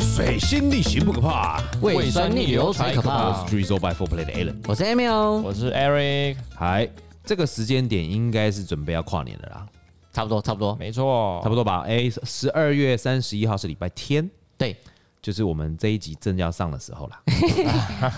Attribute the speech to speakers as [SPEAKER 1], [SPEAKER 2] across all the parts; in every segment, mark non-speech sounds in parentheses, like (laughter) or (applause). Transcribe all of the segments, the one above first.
[SPEAKER 1] 水星逆行不可怕，
[SPEAKER 2] 胃酸逆流才可
[SPEAKER 1] 我
[SPEAKER 2] 怕。
[SPEAKER 1] 是 Three Zero by Four Play 的 Alan。
[SPEAKER 2] 我是 Emil，
[SPEAKER 3] (laughs) 我是哦 Eric，
[SPEAKER 1] 嗨，这个时间点应该是准备要跨年了啦，
[SPEAKER 2] 差不多，差不多，
[SPEAKER 3] 没错，
[SPEAKER 1] 差不多吧？哎，十二月三十一号是礼拜天，
[SPEAKER 2] 对，
[SPEAKER 1] 就是我们这一集正要上的时候 (laughs) 啦。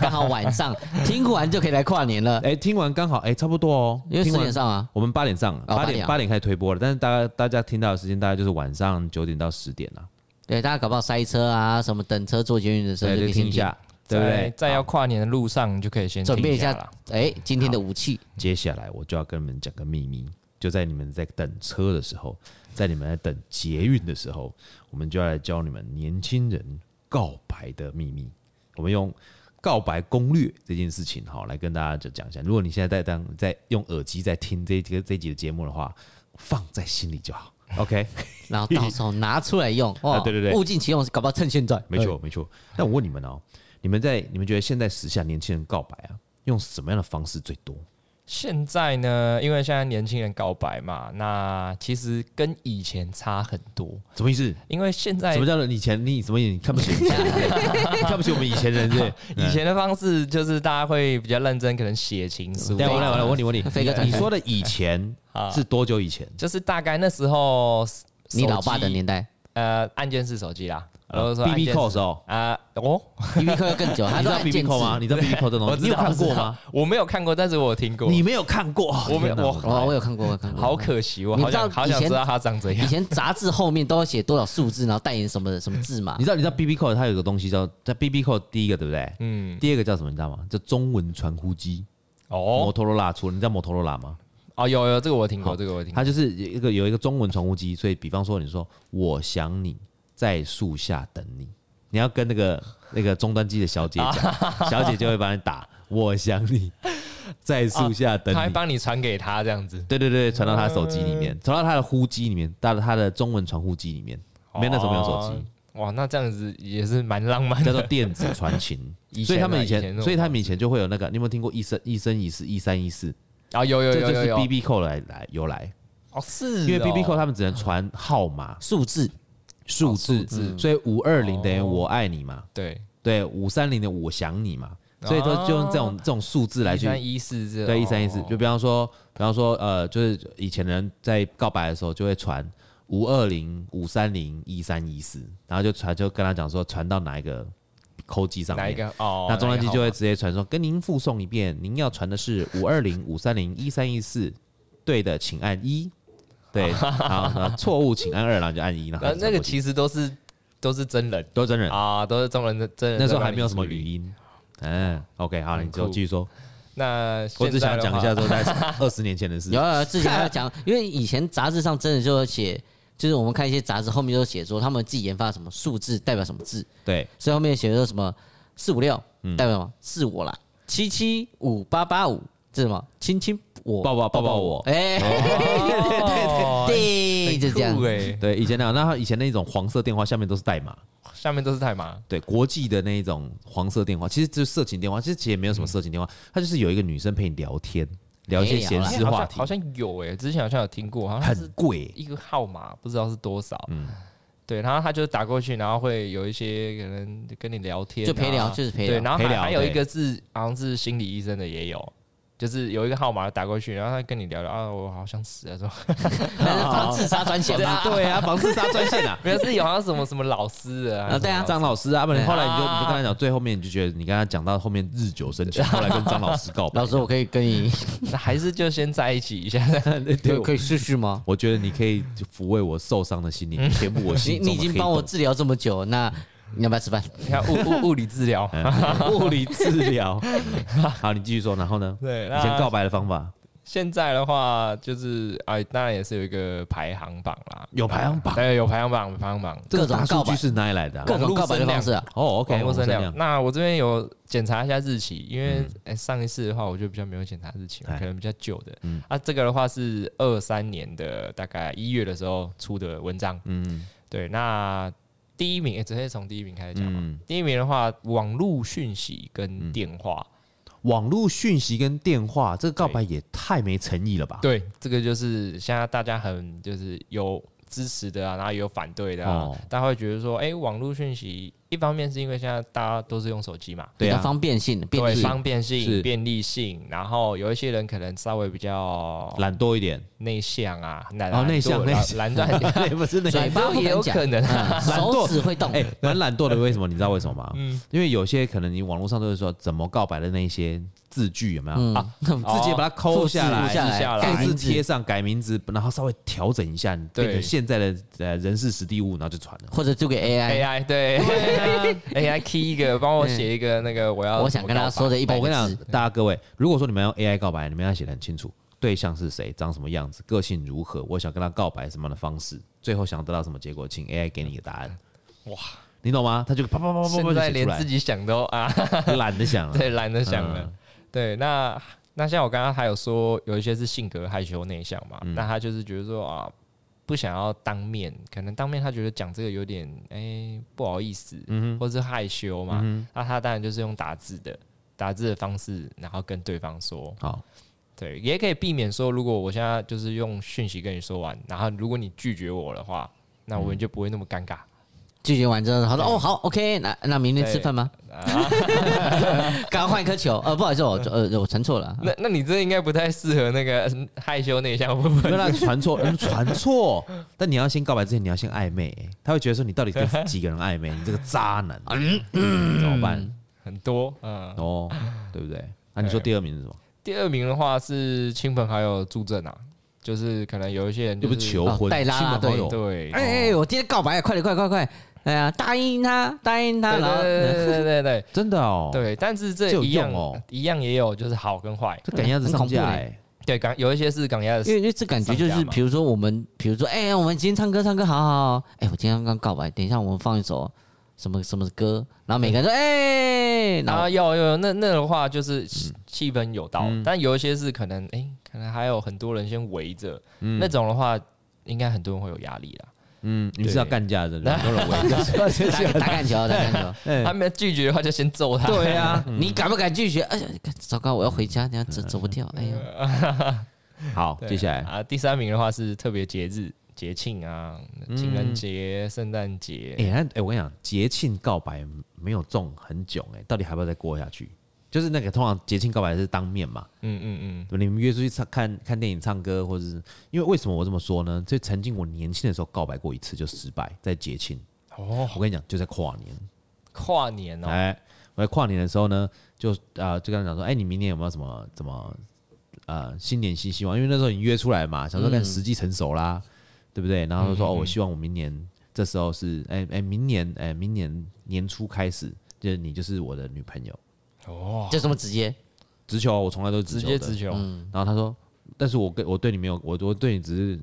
[SPEAKER 2] 刚好晚上听完就可以来跨年了，
[SPEAKER 1] 哎，听完刚好哎，差不多哦，
[SPEAKER 2] 因为
[SPEAKER 1] 听
[SPEAKER 2] 十
[SPEAKER 1] 完
[SPEAKER 2] 点上啊，
[SPEAKER 1] 我们八点上，
[SPEAKER 2] 哦
[SPEAKER 1] 八
[SPEAKER 2] 八点
[SPEAKER 1] 点
[SPEAKER 2] 啊
[SPEAKER 1] 八点开始推播了，但是大家大家听到的时间大概就是晚上九点到十点啦，
[SPEAKER 2] 对，大家搞不好塞车啊，什么等车坐捷运的时候
[SPEAKER 1] 对，
[SPEAKER 2] 就可
[SPEAKER 1] 就
[SPEAKER 2] 以
[SPEAKER 1] 听一
[SPEAKER 2] 先
[SPEAKER 1] 下，对
[SPEAKER 3] 在
[SPEAKER 1] 不对？
[SPEAKER 3] 在要跨年的路上，你就可以先
[SPEAKER 2] 听，准备一
[SPEAKER 3] 听
[SPEAKER 2] 下
[SPEAKER 3] 啦。，
[SPEAKER 2] 哎，今天的武器，
[SPEAKER 1] 接下来我就要跟你们讲个秘密，就在你们在等车的时候，在你们在等捷运的时候，我们就要来教你们年轻人告白的秘密。我们用告白攻略这件事情，好来跟大家就讲一下。如果你现在在当在用耳机在听这这这集的节目的话，放在心里就好。OK，
[SPEAKER 2] 然后到时候拿出来用，哇，
[SPEAKER 1] 啊对对对
[SPEAKER 2] 物尽其用，搞不好趁现在，
[SPEAKER 1] 没错没错。但我问你们哦，你们在你们觉得现在时下年轻人告白啊，用什么样的方式最多？
[SPEAKER 3] 现在呢，因为现在年轻人告白嘛，那其实跟以前差很多，
[SPEAKER 1] 什么意思？
[SPEAKER 3] 因为现在
[SPEAKER 1] 什么叫做以前你什么你看不起我们以
[SPEAKER 3] (laughs)
[SPEAKER 1] 前人？你看不起我们以前人是不是？
[SPEAKER 3] 以前的方式就是大家会比较认真，可能写情书
[SPEAKER 1] 等一下，我来，我来，我问你，问你
[SPEAKER 2] 飞哥，
[SPEAKER 1] 你说的以前
[SPEAKER 3] 啊
[SPEAKER 1] 是多久以前？
[SPEAKER 3] 就是大概那时候
[SPEAKER 2] 你老爸的
[SPEAKER 3] 年。
[SPEAKER 2] 年代
[SPEAKER 3] 呃，按键式手机啦，然后说
[SPEAKER 1] 啊 B
[SPEAKER 3] 按
[SPEAKER 1] B
[SPEAKER 3] 键式
[SPEAKER 1] call 的时候，
[SPEAKER 3] 啊，哦，
[SPEAKER 2] ，B B 扣要更久，
[SPEAKER 1] 你
[SPEAKER 2] 他
[SPEAKER 1] 知
[SPEAKER 2] 说
[SPEAKER 1] 道 B B call 吗？？你知道 B B call 这东
[SPEAKER 3] 我
[SPEAKER 1] 西，
[SPEAKER 3] 知
[SPEAKER 1] 你有
[SPEAKER 3] 道
[SPEAKER 1] 看过吗？？
[SPEAKER 3] 我没有看过，但是我有听过。
[SPEAKER 1] 你没有看过，哦
[SPEAKER 3] 我没有
[SPEAKER 1] 天哪
[SPEAKER 3] 我
[SPEAKER 1] 的妈呀
[SPEAKER 2] 哦，我有看过，我有看过，
[SPEAKER 3] 好可啊惜，我
[SPEAKER 2] 你
[SPEAKER 3] 好
[SPEAKER 2] 知道
[SPEAKER 3] 想好想
[SPEAKER 2] 以前
[SPEAKER 3] 知道他长怎
[SPEAKER 2] 以
[SPEAKER 3] 样。
[SPEAKER 2] 前杂志后面都要写多少数字，然后代言什么什么字嘛
[SPEAKER 1] 你。知道你知道 B B call 它有个东西叫在 B B call 第一个对不对？
[SPEAKER 3] 嗯，
[SPEAKER 1] 第二个叫什么？你知道吗？叫中文传呼机，摩
[SPEAKER 3] 哦
[SPEAKER 1] 托罗拉出的。你知道摩托罗拉吗？
[SPEAKER 3] 哦，有有这个我听过，这个我听过。
[SPEAKER 1] 它就是有一个有一个中文传呼机，所以比方说你说我想你，在树下等你，你要跟那个那个终端机的小姐讲，
[SPEAKER 3] (laughs)
[SPEAKER 1] 小姐就会帮你打我想你，在树下等
[SPEAKER 3] 啊他会
[SPEAKER 1] 你。
[SPEAKER 3] 帮你嗯传给他这样子。
[SPEAKER 1] 对对对，传到他手机里面，传到他的呼机里面，到他的中文传呼机里面，没有那时候没有手机，
[SPEAKER 3] 哦。哇，那这样子也是蛮浪漫
[SPEAKER 1] 叫
[SPEAKER 3] 的。
[SPEAKER 1] 做电子传情。
[SPEAKER 3] 哦 (laughs) 以前
[SPEAKER 1] 所以
[SPEAKER 3] 啊
[SPEAKER 1] 他们以
[SPEAKER 3] 以前那
[SPEAKER 1] 前，
[SPEAKER 3] 种
[SPEAKER 1] 所以他们以前就会有那个，你有没有听过一生一生一世一三一四？
[SPEAKER 3] 啊，有有
[SPEAKER 1] 这
[SPEAKER 3] 有
[SPEAKER 1] 就
[SPEAKER 3] 有
[SPEAKER 1] 是
[SPEAKER 3] 有
[SPEAKER 1] B。B 扣来来由来，
[SPEAKER 3] 哦，是哦，
[SPEAKER 1] 因为 B B 扣他们只能传号码，
[SPEAKER 2] 数字
[SPEAKER 3] 哦
[SPEAKER 1] 数字，
[SPEAKER 3] 嗯
[SPEAKER 1] 所以五二零等于我爱你嘛，
[SPEAKER 3] 对
[SPEAKER 1] 对，五三零的我想你嘛，所以都就用这种这种数字来
[SPEAKER 3] 啊一
[SPEAKER 1] 去。
[SPEAKER 3] 三一四哦这
[SPEAKER 1] 对，一三一四，就比方说，比方说，呃，就是以前人在告白的时候就会传五二零、五三零、一三一四，然后就传，就跟他讲说传到哪一个扣机上面，
[SPEAKER 3] 哪一个？哦，
[SPEAKER 1] 那中
[SPEAKER 3] 哪
[SPEAKER 1] 央机
[SPEAKER 3] 一个
[SPEAKER 1] 就会直接传说跟您附送一遍，您要传的是五二零、五三零、一三一四，对的，请按一，
[SPEAKER 3] (laughs)
[SPEAKER 1] 对，好，那错误请按二，然后就按一，然
[SPEAKER 3] 好。
[SPEAKER 1] 后
[SPEAKER 3] 呃，那个
[SPEAKER 1] 其
[SPEAKER 3] 其实都是都是真人
[SPEAKER 1] 都真人，
[SPEAKER 3] 啊，都是中人的真人。
[SPEAKER 1] 那时候还没有什么语
[SPEAKER 3] 音。
[SPEAKER 1] 音。嗯，OK，好，
[SPEAKER 3] 很
[SPEAKER 1] 你就
[SPEAKER 3] 酷
[SPEAKER 1] 继续说。
[SPEAKER 3] 那
[SPEAKER 1] 我只想讲一下，
[SPEAKER 3] 这
[SPEAKER 1] 说
[SPEAKER 3] (laughs)
[SPEAKER 1] 在二十年前的事
[SPEAKER 2] 有。啊有有之前要讲，因为以前杂志上真的就有写，就是我们看一些杂志后面就写说他们自己研发什么数字代表什么字，
[SPEAKER 1] 对，
[SPEAKER 2] 所以后面写说什么四五六
[SPEAKER 1] 嗯
[SPEAKER 2] 代表什么是我啦，七七五八八五这是什么亲亲我
[SPEAKER 1] 抱抱抱抱我哦
[SPEAKER 2] 哎，(laughs)
[SPEAKER 3] 对
[SPEAKER 2] 对，就这样。
[SPEAKER 3] 哎，
[SPEAKER 1] 对，以前那样，那以前那种黄色电话下面都是代码，
[SPEAKER 3] 下面都是太麻，
[SPEAKER 1] 对，国际的那一种黄色电话，其实就是色情电话，其实其实也没有
[SPEAKER 3] 嗯
[SPEAKER 1] 什么色情电话，它就是有一个女生陪你聊天，聊一些
[SPEAKER 2] 没有
[SPEAKER 1] 闲
[SPEAKER 2] 啦
[SPEAKER 1] 事
[SPEAKER 3] 好
[SPEAKER 1] 话
[SPEAKER 3] 像
[SPEAKER 1] 题
[SPEAKER 3] 好，像有哎，之前好像有听过，好像
[SPEAKER 1] 很
[SPEAKER 3] 是
[SPEAKER 1] 贵，
[SPEAKER 3] 一个号码，不知道是多少，嗯。对，然后他就打过去，然后会有一些可能跟你聊天啊，
[SPEAKER 2] 就陪聊就是陪聊
[SPEAKER 3] 对，然后
[SPEAKER 1] 陪
[SPEAKER 3] 还
[SPEAKER 1] 聊
[SPEAKER 3] 还有一
[SPEAKER 1] 对
[SPEAKER 3] 个是好像是心理医生的也有，就是有一个号码打过去，然后他跟你聊聊啊，我好想死啊，说 (laughs)。
[SPEAKER 2] 但是 (laughs) 放自杀专线
[SPEAKER 1] (laughs)
[SPEAKER 2] 嘛，
[SPEAKER 1] 对啊，防自杀专线啊
[SPEAKER 3] 没有是有好像什么什么老师啊，
[SPEAKER 2] (laughs) 啊 (laughs) 对啊
[SPEAKER 1] 张老师啊，不然
[SPEAKER 2] 对
[SPEAKER 1] 后来你就你就跟他讲，最后面你就觉得你跟他讲到后面日久生
[SPEAKER 2] (laughs)
[SPEAKER 1] 情，后来跟张老师告白
[SPEAKER 2] 老。师我可以跟你
[SPEAKER 3] 那还是就先在一起一下， (laughs)
[SPEAKER 1] 对，
[SPEAKER 2] 可以试试吗？
[SPEAKER 1] 我觉得你可以抚慰我受伤的心灵，填补我
[SPEAKER 2] 你
[SPEAKER 1] 心中的
[SPEAKER 2] 你已经
[SPEAKER 1] 黑
[SPEAKER 2] 帮我
[SPEAKER 1] 洞
[SPEAKER 2] 治疗这么久，那你要不要吃饭？
[SPEAKER 1] 啊
[SPEAKER 3] 你看物物物理治疗，
[SPEAKER 1] 哎物理治疗。
[SPEAKER 2] (laughs)
[SPEAKER 1] 好，你继续说，然后呢？
[SPEAKER 3] 对，
[SPEAKER 1] 以
[SPEAKER 3] 那
[SPEAKER 1] 前告白的方法
[SPEAKER 3] 现在的话就是哎，当然也是有一个排行榜啦，
[SPEAKER 1] 有排行榜
[SPEAKER 3] 对，有排行榜，有排行榜。
[SPEAKER 1] 这个
[SPEAKER 2] 各种
[SPEAKER 1] 大数
[SPEAKER 2] 告白
[SPEAKER 1] 据是哪里来的啊？
[SPEAKER 2] 各种告白的方式啊，
[SPEAKER 1] 哦，OK，
[SPEAKER 3] 网络
[SPEAKER 1] 我
[SPEAKER 3] 声量，
[SPEAKER 1] 样。
[SPEAKER 3] 那我这边有检查一下日期，因为、哎上一次的话我就比较没有检查日期嘛，
[SPEAKER 1] 嗯哎
[SPEAKER 3] 可能比较旧的。啊，这个的话是二三年的大概一月的时候出的文章。
[SPEAKER 1] 嗯
[SPEAKER 3] 对，那第一名，哎直接从第一名开始讲嘛。
[SPEAKER 1] 嗯，
[SPEAKER 3] 第一名的话，网络讯息跟电话，
[SPEAKER 1] 网络讯息跟电话，这个告白也太没诚意了吧？
[SPEAKER 3] 对，这个就是现在大家很就是有支持的啊，然后也有反对的啊，
[SPEAKER 1] 哦
[SPEAKER 3] 大家会觉得说，哎、网络讯息，一方面是因为现在大家都是用手机嘛，
[SPEAKER 1] 对
[SPEAKER 2] 比
[SPEAKER 1] 啊
[SPEAKER 2] 较方便性、便利
[SPEAKER 3] 对，
[SPEAKER 2] 性，
[SPEAKER 3] 方便
[SPEAKER 1] 是
[SPEAKER 3] 性、便利性，然后有一些人可能稍微比较
[SPEAKER 1] 懒惰一
[SPEAKER 2] (laughs)
[SPEAKER 1] 点，
[SPEAKER 3] 内向啊，懒
[SPEAKER 1] 哦内向内向 (laughs)
[SPEAKER 3] 懒懒
[SPEAKER 1] 也
[SPEAKER 3] 惰
[SPEAKER 1] 不是那
[SPEAKER 2] 嘴
[SPEAKER 1] 个，
[SPEAKER 2] 巴不
[SPEAKER 3] 也有
[SPEAKER 2] 敢讲
[SPEAKER 3] 可能啊
[SPEAKER 2] 嗯
[SPEAKER 1] 懒惰
[SPEAKER 2] 手指会动。
[SPEAKER 1] 哎，蛮懒惰的。为什么？你知道为什么吗？
[SPEAKER 3] 嗯
[SPEAKER 1] 因为有些可能你网络上都会说怎么告白的那一些字句有没有
[SPEAKER 2] 嗯 (laughs)
[SPEAKER 1] 啊？直接把它抠下
[SPEAKER 2] 复
[SPEAKER 1] 来，
[SPEAKER 2] 制下
[SPEAKER 3] 下
[SPEAKER 2] 来，盖
[SPEAKER 3] 来
[SPEAKER 1] 复
[SPEAKER 2] 名
[SPEAKER 1] 制
[SPEAKER 2] 字
[SPEAKER 1] 贴上，改名字，然后稍微调整一下，你变成
[SPEAKER 3] 对
[SPEAKER 1] 现在的呃人事实地物，然后就传了。
[SPEAKER 2] 或者丢给
[SPEAKER 1] 啊
[SPEAKER 2] AI，
[SPEAKER 3] ，AI 对 (laughs) ，AI key 一个，帮我写一个那个我要，
[SPEAKER 2] 我想跟他说，的一百
[SPEAKER 1] 嗯哦我
[SPEAKER 2] 个
[SPEAKER 1] 跟你讲
[SPEAKER 2] 字，，
[SPEAKER 1] 大家各位，如果说你们要 AI 告白，你们要写的很清楚，对象是谁，长什么样子，个性如何，我想跟他告白什么样的方式，最后想要得到什么结果，请 AI 给你个答案。哇，你懂吗？他就啪啪啪啪啪
[SPEAKER 3] 现
[SPEAKER 1] 就
[SPEAKER 3] 在
[SPEAKER 1] 写
[SPEAKER 3] 连
[SPEAKER 1] 出来
[SPEAKER 3] 自，己想都啊，
[SPEAKER 1] 懒得想了。
[SPEAKER 3] 对，懒得想了。
[SPEAKER 1] 嗯
[SPEAKER 3] 对，那那像我刚刚还有说，有一些是性格害羞内向嘛，
[SPEAKER 1] 嗯
[SPEAKER 3] 那他就是觉得说啊，不想要当面，可能当面他觉得讲这个有点哎、不好意思，
[SPEAKER 1] 嗯
[SPEAKER 3] 或是害羞嘛，那他当然就是用打字的。打字的方式，然后跟对方说，
[SPEAKER 1] 好，
[SPEAKER 3] 对，也可以避免说，如果我现在就是用讯息跟你说完，然后如果你拒绝我的话，那
[SPEAKER 1] 嗯
[SPEAKER 3] 我们就不会那么尴尬。
[SPEAKER 2] 拒绝完之后，他说：“哦，好，OK，那那明天吃饭吗？”
[SPEAKER 3] 啊
[SPEAKER 2] (laughs) 赶快换一颗球。呃，不好意思，我呃我传错了。
[SPEAKER 3] 那那你这应该不太适合那个 (laughs) 嗯害羞内向部分。
[SPEAKER 1] 因为他传错，嗯传错。但你要先告白之前，你要先暧昧、欸他会觉得说你到底
[SPEAKER 3] (laughs)
[SPEAKER 1] 跟几个人暧昧，你这个渣男，
[SPEAKER 3] 嗯
[SPEAKER 1] 嗯怎么办？
[SPEAKER 3] 很多，嗯。
[SPEAKER 1] 哦，对不对？那、你说第二名是什么？
[SPEAKER 3] 第二名的话是亲朋好友助阵啊，就是可能有一些人
[SPEAKER 1] 又
[SPEAKER 3] 就
[SPEAKER 1] 不
[SPEAKER 3] 是
[SPEAKER 1] 是求婚，
[SPEAKER 2] 哦带拉
[SPEAKER 1] 亲朋好
[SPEAKER 2] 对
[SPEAKER 1] 友，
[SPEAKER 3] 对，
[SPEAKER 2] 哎哎，我今天告白了，快点，快快快！哎呀，答应他，答应他，
[SPEAKER 3] 对
[SPEAKER 2] 然后
[SPEAKER 3] 对对对对对
[SPEAKER 1] 真的哎哦，
[SPEAKER 3] 对，但是
[SPEAKER 1] 这
[SPEAKER 3] 这
[SPEAKER 1] 有
[SPEAKER 3] 一样
[SPEAKER 1] 用哦
[SPEAKER 3] 一样也有就是好跟坏，
[SPEAKER 1] 这赶鸭子上架、
[SPEAKER 2] 很恐怖
[SPEAKER 1] 哎，
[SPEAKER 3] 对，港有一些是港亚
[SPEAKER 2] (laughs) 因
[SPEAKER 3] 的，
[SPEAKER 2] 为因为这感觉就
[SPEAKER 3] 上
[SPEAKER 2] 是
[SPEAKER 3] 架，嘛
[SPEAKER 2] 比如说我们，比如说，哎、我们今天唱歌，唱歌，好好好。哎、我今天刚告白，等一下我们放一首什么什么歌，然后每个人说，哎、然
[SPEAKER 3] 然
[SPEAKER 2] 后
[SPEAKER 3] 后有有那那的话
[SPEAKER 1] 嗯
[SPEAKER 3] 就是气气氛有到，但有一些是可能哎，可能还有很多人先围着，那种的话应该很多人会有压力啦。
[SPEAKER 1] 嗯，你是要干架的，很多人
[SPEAKER 2] (laughs)
[SPEAKER 1] 围着，
[SPEAKER 2] 打打干球，打干球。
[SPEAKER 3] 他们拒绝的话就先
[SPEAKER 2] (laughs)
[SPEAKER 3] 揍他，
[SPEAKER 1] 哎对 (laughs) 啊，
[SPEAKER 2] 你敢不敢拒绝？哎呀，糟糕，我要回家，等一下走走不掉。哎呀，
[SPEAKER 1] 嗯好，
[SPEAKER 3] 对
[SPEAKER 1] 接下来
[SPEAKER 3] 啊，第三名的话是特别节日节庆啊，情人节、圣诞节，
[SPEAKER 1] 哎、那哎、我跟你讲，节庆告白没有中很久、哎，到底还要不要再过下去？就是那个通常节庆告白是当面嘛，
[SPEAKER 3] 嗯嗯嗯，
[SPEAKER 1] 你们约出去唱看看电影、唱歌，或者是因为为什么我这么说呢？就曾经我年轻的时候告白过一次就失败，在节庆。
[SPEAKER 3] 哦，
[SPEAKER 1] 我跟你讲，就在跨年，
[SPEAKER 3] 跨年哦，
[SPEAKER 1] 哎，我在跨年的时候呢，就啊、就跟他讲说，哎、你明年有没有什么怎么呃新年新希望？因为那时候你约出来嘛，想
[SPEAKER 3] 嗯
[SPEAKER 1] 说看时机成熟啦，对不对？然后就说、哦，我希望我明年这时候是，哎、哎、明年哎、明年年初开始，就是你就是我的女朋友。
[SPEAKER 3] 哦，
[SPEAKER 2] (laughs) 就这么直接，
[SPEAKER 1] 直球，啊我从来都是
[SPEAKER 3] 直
[SPEAKER 1] 球
[SPEAKER 3] 接
[SPEAKER 1] 的
[SPEAKER 3] 直球，
[SPEAKER 1] 然后他说，但是我跟我对你没有，我我对你只是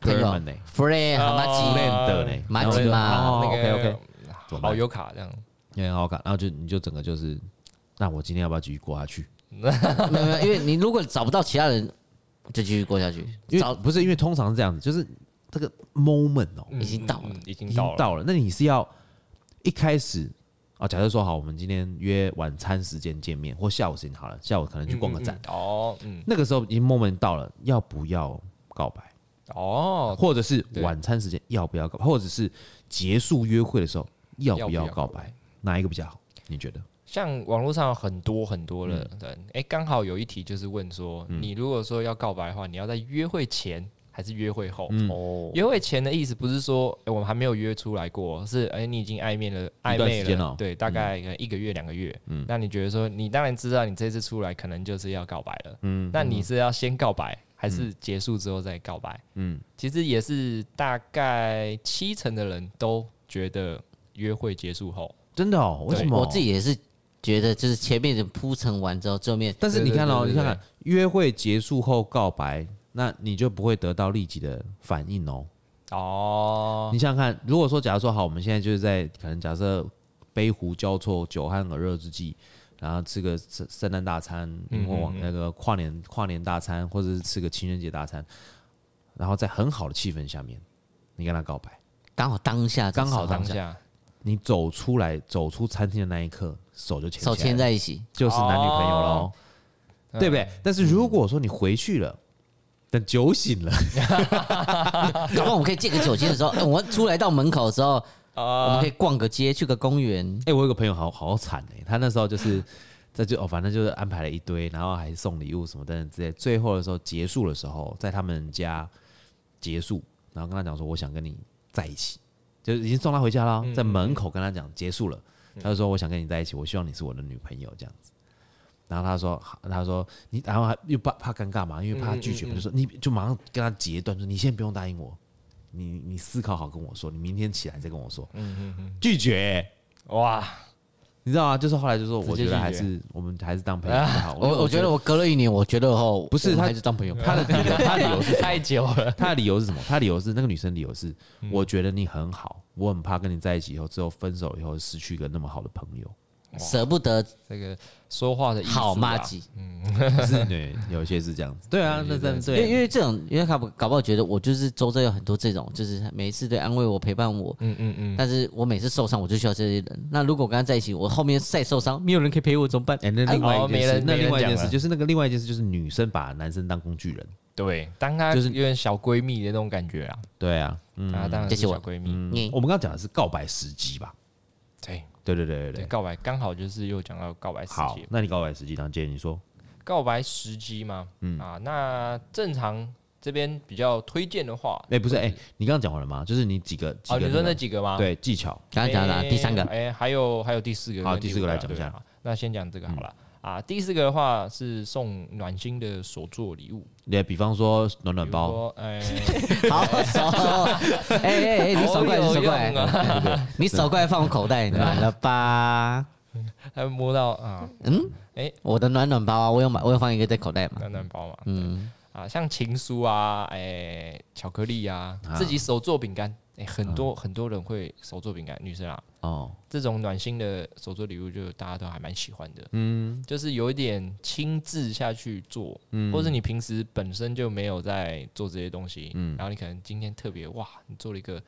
[SPEAKER 2] 朋
[SPEAKER 1] 哥
[SPEAKER 2] 友
[SPEAKER 1] 们呢、
[SPEAKER 2] free 好吗？
[SPEAKER 3] 哦
[SPEAKER 2] 急嘞，
[SPEAKER 1] friend 呢，
[SPEAKER 2] 麻
[SPEAKER 1] 然后我
[SPEAKER 2] 吉
[SPEAKER 1] 就
[SPEAKER 2] 嘛
[SPEAKER 1] 哦
[SPEAKER 3] 那
[SPEAKER 1] OK OK，
[SPEAKER 3] 个
[SPEAKER 1] 怎么
[SPEAKER 3] 好
[SPEAKER 1] 办？
[SPEAKER 3] 友卡这样，
[SPEAKER 1] 也很好看，然后就你就整个就是，那我今天要不要继续过下去？
[SPEAKER 2] (laughs) 没有没有，因为你如果找不到其他人，就继续过下去。
[SPEAKER 1] 因为
[SPEAKER 2] 找
[SPEAKER 1] 不是因为通常是这样子，就是这个 moment 哦、
[SPEAKER 3] 嗯
[SPEAKER 2] 已经到了，
[SPEAKER 3] 嗯嗯已
[SPEAKER 1] 已
[SPEAKER 3] 经
[SPEAKER 1] 经
[SPEAKER 3] 到了，
[SPEAKER 1] 到了，那你是要一开始啊、假设说好，我们今天约晚餐时间见面，或下午时间好了，下午可能去逛个展，
[SPEAKER 3] 嗯，嗯嗯哦，嗯，
[SPEAKER 1] 那个时候已经 moment 到了，要不要告白？
[SPEAKER 3] 哦，
[SPEAKER 1] 或者是
[SPEAKER 3] 对
[SPEAKER 1] 晚餐时间要不要告白，或者是结束约会的时候要不要
[SPEAKER 3] 要不要
[SPEAKER 1] 告
[SPEAKER 3] 告
[SPEAKER 1] 白
[SPEAKER 3] 白，
[SPEAKER 1] 哪一个比较好？你觉得？
[SPEAKER 3] 像网络上有很多很多的人，哎，刚好有一题就是问说，你如果说要告白的话，你要在约会前还是约会后？
[SPEAKER 2] 哦，
[SPEAKER 3] 约会前的意思不是说、诶我们还没有约出来过，是哎、诶你已经暧昧了，
[SPEAKER 1] 一
[SPEAKER 3] 暧
[SPEAKER 1] 段
[SPEAKER 3] 昧
[SPEAKER 1] 时间
[SPEAKER 3] 了，
[SPEAKER 1] 了
[SPEAKER 3] 对，大概可能一个月两个月。哦嗯，那你觉得说你当然知道你这次出来可能就是要告白了，嗯，那你是要先告白还是结束之后再告白？
[SPEAKER 1] 嗯
[SPEAKER 3] 嗯，其实也是大概七成的人都觉得约会结束后，
[SPEAKER 1] 真的哦？为什么？
[SPEAKER 2] 我自己也是觉得，就是前面的铺陈完之后，最后面
[SPEAKER 1] 但是你看哦，
[SPEAKER 3] 对对对对
[SPEAKER 1] 你看看约会结束后告白，那你就不会得到立即的反应哦。
[SPEAKER 3] 哦，
[SPEAKER 1] 你想想看，如果说假如说好，我们现在就是在可能假设杯壶交错、酒酣耳热之际，然后吃个圣圣诞大餐，
[SPEAKER 3] 嗯
[SPEAKER 1] 或往
[SPEAKER 3] 嗯嗯
[SPEAKER 1] 那个跨年跨年大餐，或者是吃个情人节大餐，然后在很好的气氛下面，你跟他告白。
[SPEAKER 2] 刚好当下，
[SPEAKER 1] 刚好
[SPEAKER 3] 当
[SPEAKER 1] 当
[SPEAKER 3] 下
[SPEAKER 1] 你走出来，走出餐厅的那一刻，手就牵起来
[SPEAKER 2] 手
[SPEAKER 1] 了
[SPEAKER 2] 牵在一
[SPEAKER 1] (laughs)
[SPEAKER 2] 起，
[SPEAKER 1] 就是男女朋友喽，
[SPEAKER 3] 哦
[SPEAKER 1] 对
[SPEAKER 3] 嗯
[SPEAKER 1] 不对？但是如果说你回去了，等酒醒了，啊
[SPEAKER 2] 搞不好我们可以借个酒精的时候，哎我们出来到门口的时候，我们
[SPEAKER 3] 啊
[SPEAKER 2] 可以逛个街，去个公
[SPEAKER 3] 嗯
[SPEAKER 2] 园。
[SPEAKER 1] 哎、我有个朋友好好惨哎、他那时候就是
[SPEAKER 3] (laughs)
[SPEAKER 1] 在就哦，反正就是安排了一堆，然后还送礼物什么等等之类。最后的时候结束的时候，在他们家结束，然后跟他讲说，我想跟你在一起，就是已经送他回家了
[SPEAKER 3] 嗯
[SPEAKER 1] 哦，在门口跟他讲结束了，他就说我想跟你在一起，我希望你是我的女朋友这样子。然后他说，好他说你，然后还又怕怕尴尬嘛，因为怕他拒绝，
[SPEAKER 3] 嗯嗯嗯
[SPEAKER 1] 我就说你就马上跟他截断，说你先不用答应我，你你思考好跟我说，你明天起来再跟我说，
[SPEAKER 3] 嗯
[SPEAKER 1] 拒绝欸、
[SPEAKER 3] 哇，
[SPEAKER 1] 你知道吗？就是后来就说，
[SPEAKER 3] 直接
[SPEAKER 1] 我觉得还
[SPEAKER 3] 拒
[SPEAKER 1] 是我们还是当朋友比较好。因为
[SPEAKER 2] 我我觉得我隔了一年，我觉得后
[SPEAKER 1] 不是
[SPEAKER 2] 我们
[SPEAKER 1] 他
[SPEAKER 2] 还是当朋友。
[SPEAKER 1] 他的理由，他的理由是 (laughs) 什么
[SPEAKER 3] 太久了，
[SPEAKER 1] 他的理由是什么？他的理由是那个女生的理由是，我觉得你很好，我很怕跟你在一起以后，之后分手以后失去一个那么好的朋 (laughs) 友。
[SPEAKER 2] 舍不得
[SPEAKER 3] 这个说话的艺术啊
[SPEAKER 2] 好妈吉，
[SPEAKER 1] 是，对，有些是这样子。对啊，那真的
[SPEAKER 2] 因为因
[SPEAKER 1] 对。
[SPEAKER 2] 为这种，因为他搞不好觉得我就是周遭有很多这种，就是每一次对安慰我、陪伴我，
[SPEAKER 3] 嗯嗯嗯，
[SPEAKER 2] 但是我每次受伤我就需要这些人。那如果我跟他在一起，我后面再受伤，没有人可以陪我怎么办？
[SPEAKER 1] 哎， (laughs) 那另外一
[SPEAKER 3] 哦没
[SPEAKER 1] 件事
[SPEAKER 3] 人，
[SPEAKER 1] 那
[SPEAKER 3] 没人
[SPEAKER 1] 另外一件
[SPEAKER 3] 讲
[SPEAKER 1] 事
[SPEAKER 3] 了
[SPEAKER 1] 就是那个另外一件事就是女生把男生当工具人。
[SPEAKER 3] 对，当她
[SPEAKER 1] 就
[SPEAKER 3] 就是是有点小闺蜜的那种感觉啊，
[SPEAKER 1] 对啊，嗯，
[SPEAKER 3] 啊，当然
[SPEAKER 2] 这
[SPEAKER 3] 是
[SPEAKER 2] 是
[SPEAKER 3] 小
[SPEAKER 2] 我
[SPEAKER 3] 闺蜜，
[SPEAKER 2] 你
[SPEAKER 1] 我们刚嗯刚讲的是告白时机吧？
[SPEAKER 3] 对
[SPEAKER 1] 对对对
[SPEAKER 3] 对，
[SPEAKER 1] 对对。
[SPEAKER 3] 告白刚好就是又讲到告白时
[SPEAKER 1] 好
[SPEAKER 3] 机，，
[SPEAKER 1] 那你告白时机，然后接着你说，
[SPEAKER 3] 告白时机嘛，
[SPEAKER 1] 嗯
[SPEAKER 3] 啊，那正常这边比较推荐的话，
[SPEAKER 1] 哎，不是，哎，你刚刚讲完了吗？就是你几个几
[SPEAKER 3] 哦，
[SPEAKER 1] 个
[SPEAKER 3] 你说
[SPEAKER 1] 那
[SPEAKER 3] 那
[SPEAKER 1] 个
[SPEAKER 3] 几个吗？
[SPEAKER 1] 对技巧，
[SPEAKER 2] 刚刚讲哪？
[SPEAKER 3] 诶
[SPEAKER 2] 第三个，
[SPEAKER 3] 哎、还有还有第四个跟
[SPEAKER 1] 好
[SPEAKER 3] 五个啊，
[SPEAKER 1] 第四个来讲一下嗯
[SPEAKER 3] 对啊。那先讲这个好了、啊，第四个的话是送暖心的手作礼物，
[SPEAKER 1] 对，比方说暖暖
[SPEAKER 3] 比如
[SPEAKER 1] 包，
[SPEAKER 3] 说，
[SPEAKER 1] (laughs)
[SPEAKER 3] 哎、
[SPEAKER 2] 好 (laughs) 手，哎哎哎，你手过来，你手过
[SPEAKER 3] 好有
[SPEAKER 2] 来，
[SPEAKER 3] 用啊，
[SPEAKER 2] 你手过来放我口袋，暖了吧？
[SPEAKER 3] 还摸到啊
[SPEAKER 2] 我的暖暖包啊，我有买，我有放一个在口袋嘛。
[SPEAKER 3] 暖暖包嘛，
[SPEAKER 2] 嗯，
[SPEAKER 3] 啊，像情书啊，哎、巧克力啊，自己手做饼干，哎、很多、很多人会手做饼干，女生啊，
[SPEAKER 1] 哦，
[SPEAKER 3] 这种暖心的手作礼物，就大家都还蛮喜欢的。嗯，就是有一点亲自下去做，或者你平时本身就没有在做这些东西，然后你可能今天特别哇，你做了一个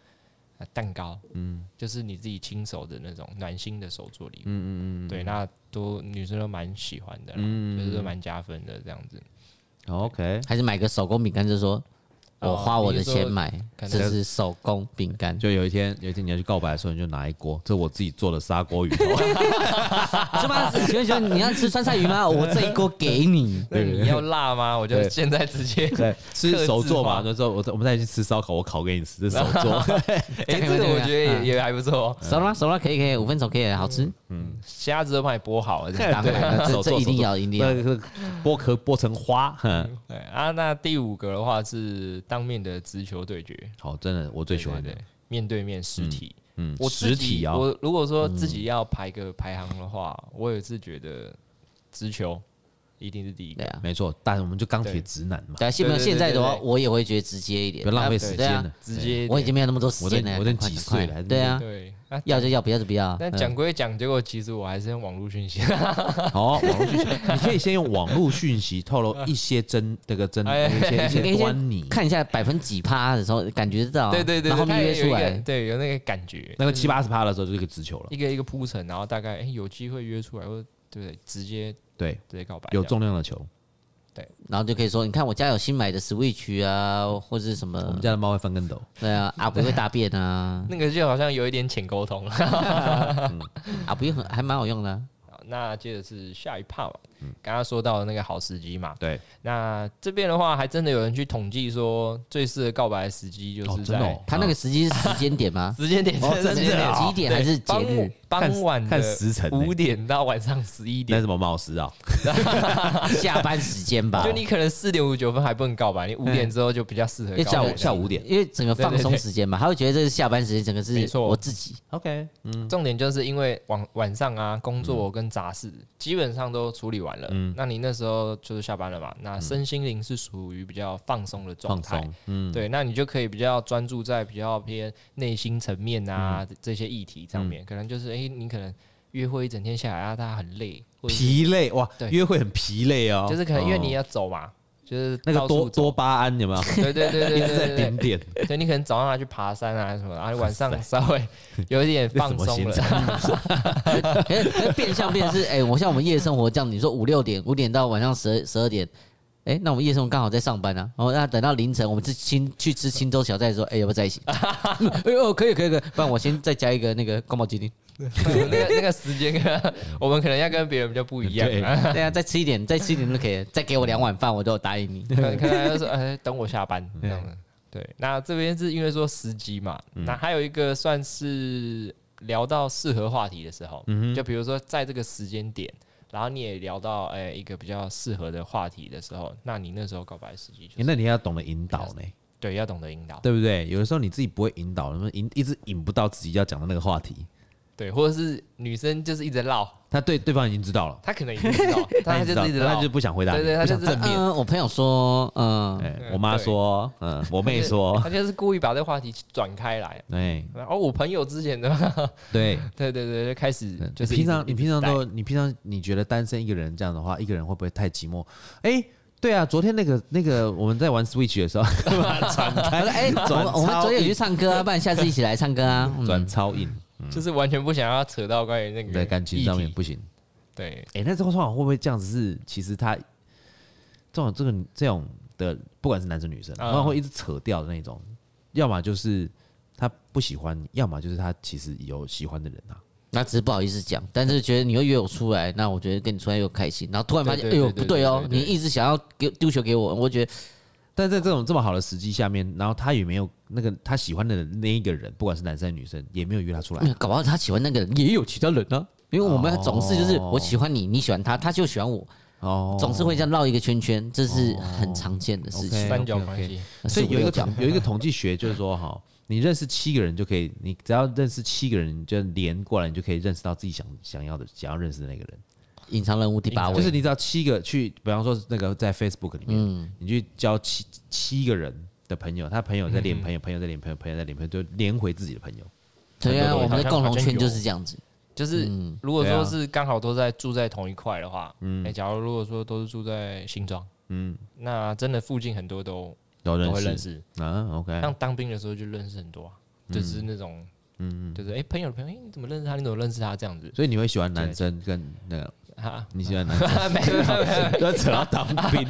[SPEAKER 3] 呃蛋糕，嗯，就是你自己亲手的那种暖心的手作礼物，嗯嗯嗯，对，那都女生都蛮喜欢的啦，就是都蛮加分的这样子。
[SPEAKER 1] OK，
[SPEAKER 2] 还是买个手工饼干，就说
[SPEAKER 3] 哦
[SPEAKER 2] 我花我的钱买，
[SPEAKER 3] 你
[SPEAKER 2] 这
[SPEAKER 3] 是说
[SPEAKER 2] 是手工饼干，
[SPEAKER 1] 就有一天，有一天你要去告白的时候，你就拿一锅，这我自己做的砂锅鱼
[SPEAKER 2] (laughs)
[SPEAKER 1] 头，
[SPEAKER 2] 是吗？请问请问你要吃酸菜鱼
[SPEAKER 3] (laughs)
[SPEAKER 2] 吗？我这一锅给你。
[SPEAKER 3] 那你要辣吗？我就
[SPEAKER 1] 对
[SPEAKER 3] 现在直接，
[SPEAKER 1] 对，
[SPEAKER 3] 客
[SPEAKER 1] 吃
[SPEAKER 3] 制
[SPEAKER 1] 手做嘛。
[SPEAKER 3] 化
[SPEAKER 1] 那时候我我们再去吃烧烤，我烤给你吃，这手
[SPEAKER 2] (laughs)
[SPEAKER 1] 做。
[SPEAKER 3] (laughs) 哎，这个我觉得也也还不错哦，
[SPEAKER 1] 嗯
[SPEAKER 2] 熟了吗？熟了，可以可以，五分熟可以，好吃。
[SPEAKER 3] 虾子都帮你剥好了，这样
[SPEAKER 2] 当然，
[SPEAKER 1] 手
[SPEAKER 2] 这这
[SPEAKER 1] 做
[SPEAKER 2] 一定
[SPEAKER 1] 手做
[SPEAKER 2] 要一定要嗯
[SPEAKER 1] 那。个剥壳剥成花，哼，
[SPEAKER 3] 对啊，那第五个的话是当面的直球对决，
[SPEAKER 1] 好，真的我最喜欢
[SPEAKER 3] 对
[SPEAKER 1] 的
[SPEAKER 3] 对，对面对面实体。
[SPEAKER 1] 嗯，
[SPEAKER 3] 我自
[SPEAKER 1] 实
[SPEAKER 3] 己
[SPEAKER 1] 体啊，
[SPEAKER 3] 我如果
[SPEAKER 2] 嗯
[SPEAKER 3] 说自己要排个排行的话，我也是觉得直球一定是第一
[SPEAKER 2] 对
[SPEAKER 3] 个。
[SPEAKER 2] 啊，
[SPEAKER 1] 没错，但我们就钢铁直男嘛，
[SPEAKER 2] 对啊，现没有
[SPEAKER 3] 对对
[SPEAKER 2] 现在的话
[SPEAKER 3] 对，对
[SPEAKER 2] 我也会觉得直接一点，
[SPEAKER 1] 不要浪费
[SPEAKER 2] 对啊
[SPEAKER 1] 时间了。
[SPEAKER 3] 直接一点
[SPEAKER 2] 我已经没有那么多时
[SPEAKER 1] 我
[SPEAKER 2] 间
[SPEAKER 1] 在
[SPEAKER 2] 了。
[SPEAKER 1] 我在
[SPEAKER 2] 赶快
[SPEAKER 1] 几
[SPEAKER 2] 赶快
[SPEAKER 1] 岁了，还是
[SPEAKER 2] 对啊，
[SPEAKER 3] 对啊，
[SPEAKER 2] 要就要，不要就不要。
[SPEAKER 3] 但
[SPEAKER 2] 嗯啊
[SPEAKER 3] 讲归讲，结果其实我还是用网络讯息。
[SPEAKER 1] 好，网络讯息，你可以先用网络讯息透露一些真那个真
[SPEAKER 3] 哎
[SPEAKER 1] 一些一
[SPEAKER 2] 你可以
[SPEAKER 1] 些端倪
[SPEAKER 2] 先。看一下百分几趴的时候，感觉到。
[SPEAKER 3] (laughs)
[SPEAKER 2] 啊
[SPEAKER 3] 对对对，
[SPEAKER 2] 然后后面
[SPEAKER 3] 它也
[SPEAKER 2] 约
[SPEAKER 3] 有一
[SPEAKER 2] 出
[SPEAKER 3] 个
[SPEAKER 2] 来。
[SPEAKER 3] 对，有那个感觉，
[SPEAKER 1] 那个七八十趴的时候就是个直球了，
[SPEAKER 2] 嗯
[SPEAKER 3] 一个一个铺陈，然后大概哎有机会约出来，或对不对？直接
[SPEAKER 1] 对，
[SPEAKER 3] 直接告白这
[SPEAKER 1] 有
[SPEAKER 3] 样，
[SPEAKER 1] 重量的球，
[SPEAKER 2] 然后就可以说，你看我家有新买的 Switch 啊，或者是什
[SPEAKER 1] 我
[SPEAKER 2] 么
[SPEAKER 1] 们，家的猫会翻跟斗。
[SPEAKER 2] 对啊，阿不会大便
[SPEAKER 1] (laughs)
[SPEAKER 2] 啊，
[SPEAKER 3] 那个就好像有一点浅沟通。
[SPEAKER 2] 阿不很还蛮好用的啊。
[SPEAKER 3] 好那接着是下一趴嘛，
[SPEAKER 1] 嗯
[SPEAKER 3] 刚刚说到的那个好时机嘛，
[SPEAKER 1] 对，
[SPEAKER 3] 那这边的话，还真的有人去统计说，最适合告白的时机就
[SPEAKER 1] 哦
[SPEAKER 3] 是
[SPEAKER 1] 真的
[SPEAKER 3] 在
[SPEAKER 1] 哦
[SPEAKER 2] 他那个时机是时间
[SPEAKER 1] (laughs)
[SPEAKER 2] 点吗？
[SPEAKER 3] 时间点，
[SPEAKER 1] 哦真的
[SPEAKER 3] 时间点
[SPEAKER 1] 哦
[SPEAKER 2] 几点还是节
[SPEAKER 3] 傍
[SPEAKER 2] 日？
[SPEAKER 3] 傍晚
[SPEAKER 1] 看
[SPEAKER 3] 的
[SPEAKER 1] 时辰欸
[SPEAKER 3] 五点到晚上十一
[SPEAKER 1] 那
[SPEAKER 3] 点，
[SPEAKER 1] 什么冒失啊？
[SPEAKER 2] 下班时间吧
[SPEAKER 1] 啊
[SPEAKER 3] 就。你可能四点五九分还不能告白，你五点之后就比较适合
[SPEAKER 2] 因为
[SPEAKER 3] 告
[SPEAKER 1] 嗯哎下
[SPEAKER 3] 白
[SPEAKER 1] 午。下午五点。
[SPEAKER 2] 因为整个放
[SPEAKER 3] 对对
[SPEAKER 2] 松
[SPEAKER 3] 对
[SPEAKER 2] 时间嘛，他会觉得这是下班时间，整个
[SPEAKER 3] 没
[SPEAKER 2] 是
[SPEAKER 3] 错
[SPEAKER 2] 我自己。
[SPEAKER 1] OK，嗯，
[SPEAKER 3] 重点就是因为晚晚上啊，工作跟杂事基本上都处理完了，
[SPEAKER 1] 嗯
[SPEAKER 3] 那你那时候就是下班了嘛，那身心灵是属于比较放松的状
[SPEAKER 1] 放
[SPEAKER 3] 态，
[SPEAKER 1] 松，嗯，
[SPEAKER 3] 对，那你就可以比较专注在比较偏内心层面啊、
[SPEAKER 1] 嗯
[SPEAKER 3] 这这些议题上面，可能就是哎、诶你可能约会一整天下来啊，大家很累，或者是
[SPEAKER 1] 疲累哇
[SPEAKER 3] 对，
[SPEAKER 1] 约会很疲累哦，
[SPEAKER 3] 就是可能因为你
[SPEAKER 1] 哦
[SPEAKER 3] 要走嘛，就是
[SPEAKER 1] 那个
[SPEAKER 3] 到处
[SPEAKER 1] 多
[SPEAKER 3] 走
[SPEAKER 1] 多，巴胺有没有？
[SPEAKER 3] 对对对
[SPEAKER 1] (laughs) 一
[SPEAKER 3] 对
[SPEAKER 1] 直
[SPEAKER 3] 对
[SPEAKER 1] 在
[SPEAKER 3] 对
[SPEAKER 1] 顶
[SPEAKER 3] 对，
[SPEAKER 1] 点，
[SPEAKER 3] 对你可能早上拿去爬山啊什么的，然后晚上稍微有一点
[SPEAKER 1] 这什 (laughs)
[SPEAKER 3] 放
[SPEAKER 1] 么
[SPEAKER 3] 松
[SPEAKER 1] 行
[SPEAKER 3] (laughs) 了，
[SPEAKER 1] 程？
[SPEAKER 2] 可是可是变相变成是，哎、我像我们夜生活这样，你说五六点五点到晚上十十二点，哎、那我们夜生活刚好在上班啊，然后那等到凌晨，我们吃青去吃青州小菜的时候，哎、要不要在一
[SPEAKER 1] (laughs)
[SPEAKER 2] 起？ (laughs) 嗯哎呦，可以可以可以，不然我先再加一个那个宫
[SPEAKER 1] (laughs)
[SPEAKER 2] 保鸡丁，
[SPEAKER 3] 那个那个时间跟 (laughs) 我们可能要跟别人比较不一样
[SPEAKER 1] 对
[SPEAKER 3] 啊。
[SPEAKER 2] 对啊，再吃一点，再吃一点就可以了，再给我两碗饭，我都有答应
[SPEAKER 1] (laughs)
[SPEAKER 2] 你。
[SPEAKER 3] 可能可能就是哎，等我下班这样的。对，那这边是因为说时机嘛，
[SPEAKER 1] 嗯
[SPEAKER 3] 那还有一个算是聊到适合话题的时候，
[SPEAKER 1] 嗯
[SPEAKER 3] 就比如说在这个时间点，然后你也聊到哎、一个比较适合的话题的时候，那你那时候告白时机就是
[SPEAKER 1] 那你要懂得引导呢，
[SPEAKER 3] 对要懂得引导，
[SPEAKER 1] 对不对？有的时候你自己不会引导，那么引一直引不到自己要讲的那个话题，
[SPEAKER 3] 对，或者是女生就是一直唠，
[SPEAKER 1] 他对对方已经知道了，
[SPEAKER 3] 她可能已经知
[SPEAKER 1] (laughs)
[SPEAKER 3] 道，但
[SPEAKER 1] 已
[SPEAKER 3] 她
[SPEAKER 1] 经知
[SPEAKER 3] 就
[SPEAKER 1] 道
[SPEAKER 3] 是一直
[SPEAKER 1] 但
[SPEAKER 3] 唠
[SPEAKER 1] 他就，不想回答你，
[SPEAKER 3] 对对
[SPEAKER 1] 不
[SPEAKER 3] 他就
[SPEAKER 1] 想
[SPEAKER 3] 是
[SPEAKER 1] 正面。
[SPEAKER 2] 嗯，我朋友说，嗯，
[SPEAKER 1] 哎
[SPEAKER 3] 嗯
[SPEAKER 1] 我妈说，嗯，我妹
[SPEAKER 3] (laughs)
[SPEAKER 1] 说，
[SPEAKER 3] 她就是故意把这个话题转开来。
[SPEAKER 1] 哎，
[SPEAKER 3] 然后我朋友之前的，
[SPEAKER 1] 对，
[SPEAKER 3] (laughs) 对对对，就开始
[SPEAKER 1] 嗯
[SPEAKER 3] 就是
[SPEAKER 1] 你平
[SPEAKER 3] 一直
[SPEAKER 1] 常你
[SPEAKER 3] 一直
[SPEAKER 1] 平常
[SPEAKER 3] 带
[SPEAKER 1] 都你平常你觉得单身一个人这样的话，一个人会不会太寂寞？哎、对啊，昨天那个那个我们在玩 Switch 的时候，转
[SPEAKER 2] 他说，
[SPEAKER 1] 开
[SPEAKER 2] 哎、我们
[SPEAKER 1] (laughs) 转
[SPEAKER 2] 我们
[SPEAKER 1] 超
[SPEAKER 2] 昨天有
[SPEAKER 1] 硬
[SPEAKER 2] 去唱歌啊，不然下次一起来唱歌
[SPEAKER 1] (laughs)
[SPEAKER 2] 啊。嗯
[SPEAKER 1] 转超硬，
[SPEAKER 3] 就是完全不想要扯到关于那个
[SPEAKER 1] 在感情上面
[SPEAKER 3] 议题。
[SPEAKER 1] 不行。
[SPEAKER 3] 对，
[SPEAKER 1] 哎、那这个通常会不会这样子是？其实他这种这个这种的，不管是男生女生，
[SPEAKER 3] 嗯
[SPEAKER 1] 通常会一直扯掉的那种，要么就是他不喜欢你，要么就是他其实有喜欢的人啊。
[SPEAKER 2] 那只是不好意思讲，但是觉得你又约我出来，那我觉得跟你出来又开心，然后突然发现，
[SPEAKER 3] 对
[SPEAKER 2] 哎
[SPEAKER 3] 对
[SPEAKER 2] 呦
[SPEAKER 3] 对对
[SPEAKER 2] 不对哦，
[SPEAKER 3] 对对
[SPEAKER 2] 你
[SPEAKER 3] 对
[SPEAKER 2] 一直想要给丢球给我，我觉得
[SPEAKER 1] 但在这种这么好的时机下面，然后他也没有那个他喜欢的那一个人，不管是男生女生，也没有约他出来
[SPEAKER 2] 嗯。搞不好他喜欢那个人也有其他人
[SPEAKER 3] 啊
[SPEAKER 2] 呢、因为我们
[SPEAKER 1] 哦
[SPEAKER 2] 总是就是我喜欢你，你喜欢他，他就喜欢我，
[SPEAKER 1] 哦，
[SPEAKER 2] 总是会这样绕一个圈圈，这是
[SPEAKER 3] 哦
[SPEAKER 2] 很常见的事
[SPEAKER 1] OK
[SPEAKER 2] 情。呃
[SPEAKER 3] 三角关系，
[SPEAKER 1] 所以有一个
[SPEAKER 2] 讲
[SPEAKER 1] 统，有一个统计学就是说哈，你认识七个人就可以，你只要认识七个人，你就连过来，你就可以认识到自己想想要的、想要认识的那个人。
[SPEAKER 2] 隐藏人物第八
[SPEAKER 3] 隐
[SPEAKER 2] 位，嗯
[SPEAKER 3] 对
[SPEAKER 1] 就
[SPEAKER 3] 藏
[SPEAKER 1] 是你只要七个去，比方说那个在 Facebook 里面，你去交七七个人的朋友，他朋友在连朋友，朋友在连朋友，朋友在连朋友，就连回自己的朋友。
[SPEAKER 2] 对
[SPEAKER 1] 很
[SPEAKER 2] 啊，
[SPEAKER 1] 多
[SPEAKER 2] 我们的
[SPEAKER 3] 好像
[SPEAKER 2] 共同
[SPEAKER 3] 好像
[SPEAKER 2] 圈
[SPEAKER 3] 有
[SPEAKER 2] 就是这样子。
[SPEAKER 3] 就是如果
[SPEAKER 1] 对啊
[SPEAKER 3] 说是刚好都在住在同一块的话，
[SPEAKER 1] 啊嗯
[SPEAKER 3] 哎，假如如果说都是住在新庄，嗯，那真的附近很多都
[SPEAKER 1] 都
[SPEAKER 3] 都
[SPEAKER 1] 认
[SPEAKER 3] 会认
[SPEAKER 1] 识
[SPEAKER 3] 识，
[SPEAKER 1] 啊，OK，
[SPEAKER 3] 像当兵的时候就认识很多啊，就是那种，嗯，就是哎朋友的朋友，哎你怎么认识他？你怎么认识他？
[SPEAKER 1] (laughs)
[SPEAKER 3] 这样子 (laughs)
[SPEAKER 1] 所以你会喜欢男生跟那个，
[SPEAKER 3] 啊，
[SPEAKER 1] 你喜欢
[SPEAKER 3] (laughs)
[SPEAKER 1] 男生，
[SPEAKER 3] 没有没有没有
[SPEAKER 1] 要扯到当兵。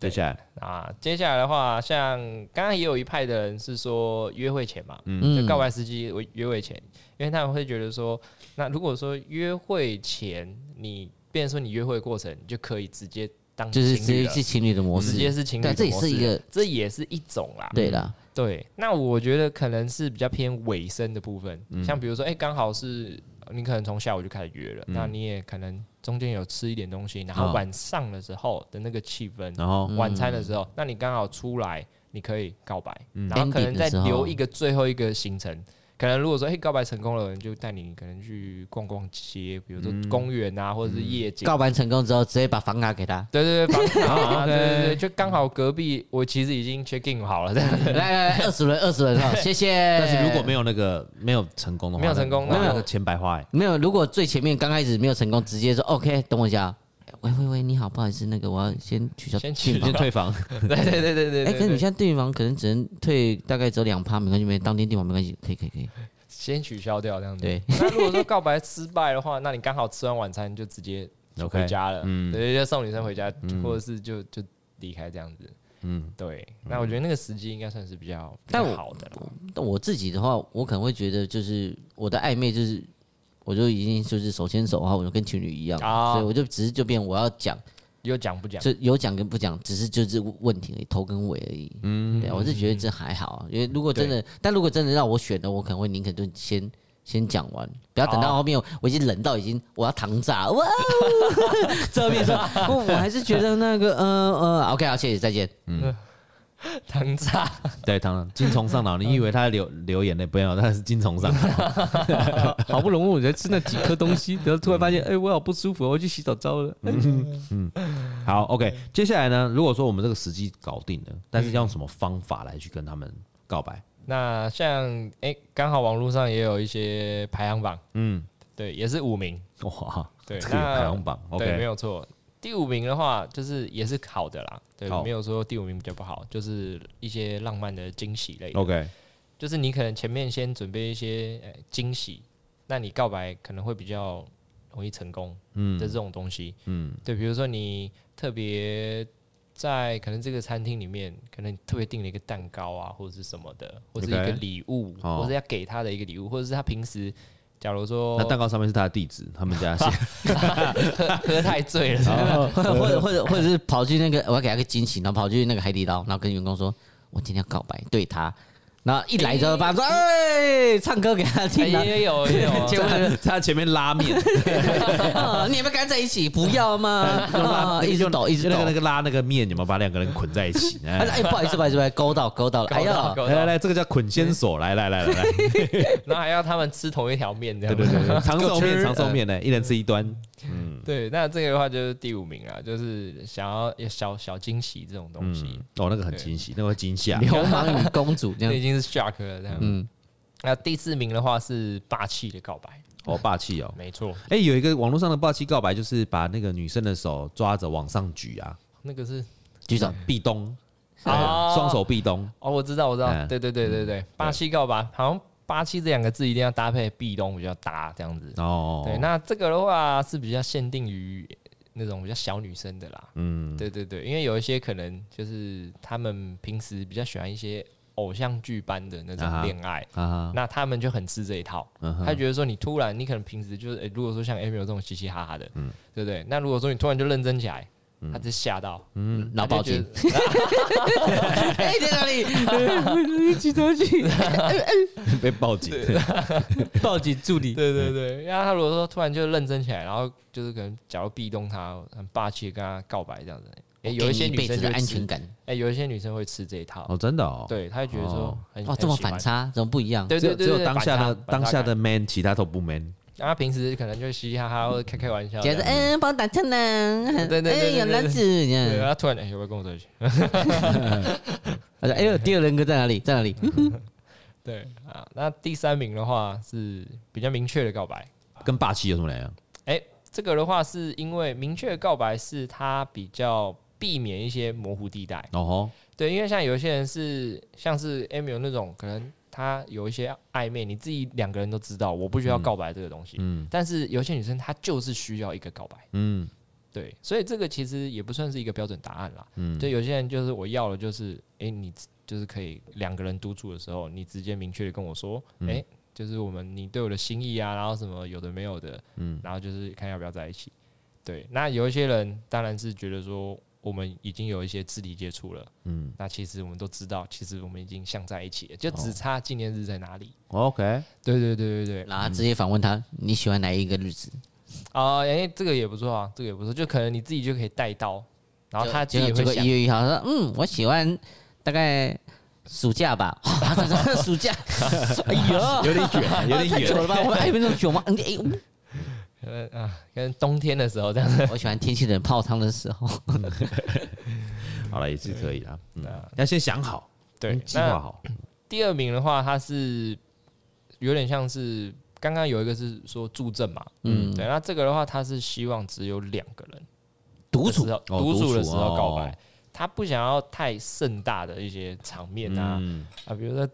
[SPEAKER 1] 接下来，
[SPEAKER 3] 啊，接下来的话，像刚刚也有一派的人是说约会前嘛，
[SPEAKER 2] 嗯
[SPEAKER 3] 就告白时机为约会前，因为他们会觉得说，那如果说约会前你，变成说你约会过程你就可以直接当
[SPEAKER 2] 就是直
[SPEAKER 3] 嗯情侣
[SPEAKER 2] 接
[SPEAKER 3] 了
[SPEAKER 2] 是情侣的模式，
[SPEAKER 3] 直接是嗯情侣的模
[SPEAKER 2] 对
[SPEAKER 3] 式，
[SPEAKER 2] 这也是一个
[SPEAKER 3] 这也是一种啦，
[SPEAKER 2] 对啦，
[SPEAKER 3] 对，那我觉得可能是比较偏尾声的部分，
[SPEAKER 2] 嗯
[SPEAKER 3] 像比如说，哎、刚好是呃你可能从下午就开始约
[SPEAKER 2] 嗯
[SPEAKER 3] 了，那你也可能中间有吃一点东西，然
[SPEAKER 1] 啊
[SPEAKER 3] 后晚上的时候的那个气氛，
[SPEAKER 1] 然后
[SPEAKER 3] 晚
[SPEAKER 2] 嗯
[SPEAKER 3] 餐的时候，那你刚好出来，你可以告白，然后
[SPEAKER 2] Ending
[SPEAKER 3] 可能再
[SPEAKER 2] 的时候
[SPEAKER 3] 留一个最后一个行程。可能如果说，哎、告白成功了，就带你可能去逛逛街，比如说公园啊，或者是夜
[SPEAKER 2] 嗯
[SPEAKER 3] 景。。
[SPEAKER 2] 告白成功之后，直接把房卡给他 (laughs)
[SPEAKER 3] 对对对，房卡啊，对对对，就刚好隔壁，我其实已经 check in 好了，这
[SPEAKER 2] (laughs)
[SPEAKER 3] 样
[SPEAKER 2] 来来来，二十轮，二十轮哈，谢
[SPEAKER 3] (laughs)
[SPEAKER 2] 谢。
[SPEAKER 1] 但是如果没有那个没有成功的话，
[SPEAKER 3] 没有成功
[SPEAKER 1] 那
[SPEAKER 3] 那
[SPEAKER 1] 那个钱白花哎。
[SPEAKER 2] 没有，如果最前面刚开始没有成功，直接说 OK，等我一下。喂喂喂，你好，不好意思，那个我要先取消。
[SPEAKER 3] 先
[SPEAKER 1] 你
[SPEAKER 3] 去
[SPEAKER 1] 先
[SPEAKER 4] (laughs)
[SPEAKER 1] 退房，
[SPEAKER 3] 对对对对对
[SPEAKER 2] 哎，
[SPEAKER 3] 对
[SPEAKER 2] 可是你
[SPEAKER 3] 对，
[SPEAKER 2] 现在订房可能只能退大概只有两趴，没关系，没当天订房没关系，可以可以可以。
[SPEAKER 3] 先取消掉这样子。
[SPEAKER 2] 对，
[SPEAKER 3] 那如果说告白失败的话，那你刚好吃完晚餐就直接
[SPEAKER 1] OK，
[SPEAKER 3] 回家了，对，就送女生回家，或者是就就离开这样子。嗯，对。那我觉得那个时机应该算是比较比
[SPEAKER 2] 但
[SPEAKER 3] 较
[SPEAKER 2] 我
[SPEAKER 3] 好的了。
[SPEAKER 2] 但我自己的话，我可能会觉得就是我的暧昧就是。我就已经就是手牵手啊，我就跟情侣一样，
[SPEAKER 3] 啊
[SPEAKER 2] 所以我就只是就变我要讲，
[SPEAKER 3] 有讲不讲？
[SPEAKER 2] 就有讲跟不讲，只是就是问题而已，头跟尾而已。嗯，对啊，我是觉得这还好啊，因为如果真的，但如果真的让我选的，我可能会宁可就先先讲完，不要等到
[SPEAKER 3] 哦
[SPEAKER 2] 后面我我已经冷到已经我要糖炸，哇哦， (laughs) 这面说，我我还是觉得那个呃呃，OK 好，谢谢，再见。
[SPEAKER 3] 当炸，
[SPEAKER 1] 对，当然精虫
[SPEAKER 4] (laughs)
[SPEAKER 1] 上脑。你以为他流流眼泪，不要，他是精虫上脑。
[SPEAKER 4] (laughs)
[SPEAKER 1] 嗯
[SPEAKER 4] 好不容易我才吃那几颗东西，然后突然发现，哎、我好不舒服，我去洗澡澡了。
[SPEAKER 1] 嗯好，OK，接下来呢？如果说我们这个时机搞定了，但是要用什么方法来去跟他们告白？
[SPEAKER 3] 那像哎，刚好网络上也有一些排行榜，
[SPEAKER 1] 嗯，
[SPEAKER 3] 对，也是五名，
[SPEAKER 1] 哇，
[SPEAKER 3] 对
[SPEAKER 1] 这个有
[SPEAKER 3] 那
[SPEAKER 1] 排行榜
[SPEAKER 3] 对，没
[SPEAKER 1] ，OK，
[SPEAKER 3] 有错。第五名的话，就是也是好的啦，对
[SPEAKER 1] 好，
[SPEAKER 3] 没有说第五名比较不好，就是一些浪漫的惊喜类的
[SPEAKER 1] OK，
[SPEAKER 3] 就是你可能前面先准备一些呃惊喜，那你告白可能会比较容易成功，嗯的这种东西，嗯，对，比如说你特别在可能这个餐厅里面，可能特别订了一个蛋糕啊，或者是什么的，或者是一个
[SPEAKER 1] OK
[SPEAKER 3] 礼物
[SPEAKER 1] 哦
[SPEAKER 3] 或者要给他的一个礼物，或者是他平时假如说
[SPEAKER 1] 那蛋糕上面是他的地址，他
[SPEAKER 4] (laughs)
[SPEAKER 1] 们家写。
[SPEAKER 3] 喝太醉了，
[SPEAKER 1] (laughs) 哦
[SPEAKER 2] (laughs)
[SPEAKER 3] (laughs)
[SPEAKER 2] 或者或者或者或者是跑去那个，我要给他个惊喜，然后跑去那个海底捞，然后跟员工说，我今天要告白对他，然后一来之后，爸爸说，哎，唱歌给他听，然后
[SPEAKER 3] 也有也
[SPEAKER 1] (laughs)
[SPEAKER 3] 有
[SPEAKER 4] 哦
[SPEAKER 3] 啊，
[SPEAKER 2] 结果
[SPEAKER 1] 在在他前面拉面，
[SPEAKER 2] 啊 (laughs) 你们干在一起，不要嘛，啊一直抖一直
[SPEAKER 1] 就
[SPEAKER 2] 抖
[SPEAKER 1] 那个。那个拉那个面，有没有把两个人捆在一
[SPEAKER 3] (laughs)
[SPEAKER 1] 起？
[SPEAKER 2] 哎
[SPEAKER 1] 哎，
[SPEAKER 2] 哎，不好意思，不好意思，不好意思勾到勾到了，哎
[SPEAKER 3] 搞
[SPEAKER 2] 呀
[SPEAKER 3] 到，搞
[SPEAKER 1] 来来
[SPEAKER 3] 到，
[SPEAKER 1] 来，这个叫捆仙
[SPEAKER 3] 嗯
[SPEAKER 1] 索，来来来来来，
[SPEAKER 3] (laughs) 然后还要他们吃同一条面这
[SPEAKER 1] 对
[SPEAKER 3] 样，
[SPEAKER 1] 对对，对长寿面
[SPEAKER 3] (laughs) 吃
[SPEAKER 1] 长寿面呢，一人吃一端，
[SPEAKER 3] (laughs) 对，那这个的话就是第五名啦，就是想要小小惊喜这种东西，
[SPEAKER 1] 嗯，哦，那个很惊喜，那个会惊吓，
[SPEAKER 2] 流氓与公主这
[SPEAKER 3] 这
[SPEAKER 2] 样
[SPEAKER 3] 已，经是 shock 了这样。
[SPEAKER 2] 嗯，
[SPEAKER 3] 那第四名的话是霸气的告白，
[SPEAKER 1] 好霸气哦。
[SPEAKER 3] 没错，
[SPEAKER 1] 哎，有一个网络上的霸气告白，就是把那个女生的手抓着往上举啊，
[SPEAKER 3] 那个是
[SPEAKER 2] 举手，
[SPEAKER 1] 壁咚，对
[SPEAKER 3] 哦
[SPEAKER 1] 双手壁咚，
[SPEAKER 3] 哦，我知道，我知道，
[SPEAKER 1] 嗯
[SPEAKER 3] 对对对对对，霸气告白，好像霸气这两个字一定要搭配壁咚比较搭这样子。
[SPEAKER 1] 哦，
[SPEAKER 3] 对，那这个的话是比较限定于那种比较小女生的啦，
[SPEAKER 1] 嗯，
[SPEAKER 3] 对对对，因为有一些可能就是他们平时比较喜欢一些偶像剧般的那
[SPEAKER 1] 啊
[SPEAKER 3] 种
[SPEAKER 1] 哈
[SPEAKER 3] 恋爱，
[SPEAKER 1] 啊哈，
[SPEAKER 3] 那他们就很吃这一套。
[SPEAKER 1] 嗯哼
[SPEAKER 3] 他觉得说你突然，你可能平时就是，哎诶如果说像 Amy 这种嘻嘻哈哈的，
[SPEAKER 1] 嗯
[SPEAKER 3] 对不对？那如果说你突然就认真起来，他直接吓到， (laughs)
[SPEAKER 2] 嗯，
[SPEAKER 3] 他
[SPEAKER 2] 脑
[SPEAKER 3] 就
[SPEAKER 2] 包
[SPEAKER 3] 觉
[SPEAKER 2] 金
[SPEAKER 3] 得，
[SPEAKER 2] 哎，在哪里？
[SPEAKER 4] 记得去
[SPEAKER 1] 被报警，
[SPEAKER 4] 报警助理，
[SPEAKER 3] 对
[SPEAKER 1] 嗯
[SPEAKER 3] 对对。然后他如果说突然就认真起来，然后就是可能假如壁咚他，很霸气的跟他告白这样子，
[SPEAKER 1] 哦
[SPEAKER 3] 诶，哎有一些
[SPEAKER 2] 给你
[SPEAKER 3] 女
[SPEAKER 2] 辈
[SPEAKER 3] 生
[SPEAKER 2] 子
[SPEAKER 3] 就
[SPEAKER 2] 的
[SPEAKER 3] 会
[SPEAKER 2] 安全
[SPEAKER 3] 吃，
[SPEAKER 2] 感，
[SPEAKER 3] 诶，有一些女生会吃这一套，
[SPEAKER 1] (laughs) 哦，真的哦，
[SPEAKER 3] 对，他就觉得说
[SPEAKER 1] 哦
[SPEAKER 3] 很
[SPEAKER 2] 哇，这么，
[SPEAKER 3] 很
[SPEAKER 2] 反
[SPEAKER 3] 喜欢
[SPEAKER 2] 差，怎么不一样？
[SPEAKER 3] 对
[SPEAKER 1] 只有
[SPEAKER 3] 对
[SPEAKER 1] 只
[SPEAKER 3] 对，
[SPEAKER 1] 有
[SPEAKER 3] 对
[SPEAKER 1] 当下的当下，
[SPEAKER 3] 反差
[SPEAKER 1] 的 man，其他都不 man，
[SPEAKER 3] 感然后他平时可能就嘻嘻哈哈或者开开玩笑
[SPEAKER 2] 觉
[SPEAKER 3] 这样
[SPEAKER 2] 得
[SPEAKER 3] 子，
[SPEAKER 2] 嗯，帮我打枪呢，
[SPEAKER 3] 对对对
[SPEAKER 2] 哎
[SPEAKER 3] 对
[SPEAKER 2] 有
[SPEAKER 3] 对
[SPEAKER 2] 男子，这
[SPEAKER 1] 嗯
[SPEAKER 3] 对，啊然
[SPEAKER 2] 样
[SPEAKER 3] 后突然哎诶，有没有跟我在一起？
[SPEAKER 2] 他说哎呦，第二人格在哪里？在哪里？ (laughs)
[SPEAKER 3] 对啊，那第三名的话是比较明确的告白。
[SPEAKER 1] 跟霸气有什么两样？
[SPEAKER 3] 这个的话，是因为明确的告白是他比较避免一些模糊地带。
[SPEAKER 1] 哦吼，
[SPEAKER 3] 对，因为像有一些人是像是 e m i 那种，可能他有一些暧昧，你自己两个人都知道，我不需要告白这个东西。
[SPEAKER 1] 嗯
[SPEAKER 3] 但是有些女生她就是需要一个告白，
[SPEAKER 1] 嗯
[SPEAKER 3] 对，所以这个其实也不算是一个标准答案啦。
[SPEAKER 1] 嗯，
[SPEAKER 3] 就有些人就是我要的就是，诶，你就是可以两个人独处的时候，你直接明确的跟我说，
[SPEAKER 1] 嗯
[SPEAKER 3] 诶，就是我们你对我的心意啊，然后什么有的没有的，
[SPEAKER 1] 嗯
[SPEAKER 3] 然后就是看要不要在一起。对，那有一些人当然是觉得说，我们已经有一些肢体接触了，
[SPEAKER 1] 嗯
[SPEAKER 3] 那其实我们都知道，其实我们已经像在一起了，就
[SPEAKER 1] 哦
[SPEAKER 3] 只差纪念日在哪里。
[SPEAKER 1] ，OK，
[SPEAKER 3] 对对对对对，
[SPEAKER 2] 然后直接反问他，你喜欢哪一个日子？
[SPEAKER 3] 啊，哎、这个也不错啊，这个也不错，就可能你自己就可以带到，然后他自
[SPEAKER 2] 结
[SPEAKER 3] 己也
[SPEAKER 2] 果结果
[SPEAKER 3] 会想
[SPEAKER 2] 一，月一号他说，嗯，我喜欢大概暑假吧， (laughs) 暑
[SPEAKER 3] (laughs)
[SPEAKER 2] 假，哎
[SPEAKER 1] (laughs)
[SPEAKER 2] 呦，
[SPEAKER 1] 有点远，有点
[SPEAKER 2] 太久
[SPEAKER 1] 远。
[SPEAKER 2] 了吧？我们暧昧那么久吗？嗯哎，
[SPEAKER 3] 可能啊，跟冬天的时候
[SPEAKER 2] (laughs)
[SPEAKER 3] 这样子。
[SPEAKER 2] 我喜欢天气冷泡汤的时
[SPEAKER 3] (laughs)
[SPEAKER 2] 候。
[SPEAKER 1] 好了，也是可以啦。嗯
[SPEAKER 3] 啊，
[SPEAKER 1] 要先想好，
[SPEAKER 3] 对
[SPEAKER 1] 先，计划
[SPEAKER 3] 那
[SPEAKER 1] 好。
[SPEAKER 3] 嗯第二名的话，他是有点像是刚刚有一个是说助阵嘛，嗯，对，那这个的话，他是希望只有两个人
[SPEAKER 2] 独处
[SPEAKER 3] 的时
[SPEAKER 1] 哦
[SPEAKER 3] 候独
[SPEAKER 1] 独
[SPEAKER 3] 处的
[SPEAKER 1] 处
[SPEAKER 3] 时候告
[SPEAKER 1] 哦
[SPEAKER 3] 白，他不想要太盛大的一些场面啊
[SPEAKER 1] 嗯，
[SPEAKER 3] 啊，比如说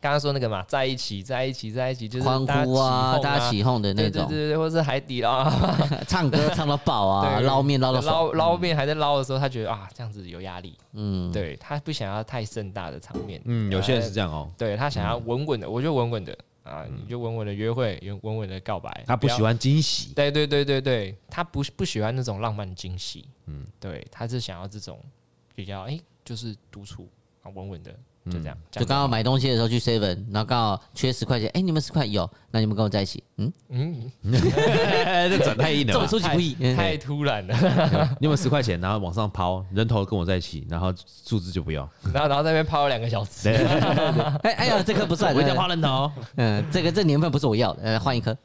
[SPEAKER 3] 刚刚说那个嘛，在一起，在一起，在一起，就是
[SPEAKER 2] 欢
[SPEAKER 3] 大
[SPEAKER 2] 呼啊，大家
[SPEAKER 3] 起
[SPEAKER 2] 起哄的
[SPEAKER 3] 哄对
[SPEAKER 2] 那
[SPEAKER 3] 对对
[SPEAKER 2] 种，
[SPEAKER 3] 对，对或是海底捞啊，
[SPEAKER 2] 唱歌唱到爆啊，
[SPEAKER 3] 对
[SPEAKER 2] 捞面捞到爽，
[SPEAKER 3] (laughs) 捞捞面还在捞的时候，他觉得啊这样子有压力，
[SPEAKER 2] 嗯，
[SPEAKER 3] 对他不想要太盛大的场面，
[SPEAKER 1] 嗯，有些人
[SPEAKER 3] 哎
[SPEAKER 1] 是这样哦，
[SPEAKER 3] 对他想要稳稳的，我就稳稳的啊，你就稳稳的约会，稳稳稳的告白。
[SPEAKER 1] 他不喜
[SPEAKER 3] 要，
[SPEAKER 1] 欢惊喜。
[SPEAKER 3] 对对对对对，他不不喜欢那种浪漫惊喜，嗯，对，他是想要这种比较哎、就是独处啊，稳稳的就这样。这
[SPEAKER 2] 就
[SPEAKER 3] 样
[SPEAKER 2] 刚好买东西的时候去 seven，然后刚好缺十块钱，哎，你们十块有，那你们跟我在一起，嗯，
[SPEAKER 3] 嗯，
[SPEAKER 1] (laughs) 哎这转太硬了
[SPEAKER 2] (laughs) 这种
[SPEAKER 1] 吧。
[SPEAKER 2] 出其不意，嗯
[SPEAKER 3] 太突然了，
[SPEAKER 1] 你有没有十块钱，然后往上抛，人头跟我在一起，然后数字就不要。
[SPEAKER 3] 然后然后在那边泡了两个小时，
[SPEAKER 2] 哎哎呀，这颗不算，
[SPEAKER 1] 我一定要抛人头。
[SPEAKER 2] 嗯，这个这年份不是我要的，呃，换一颗。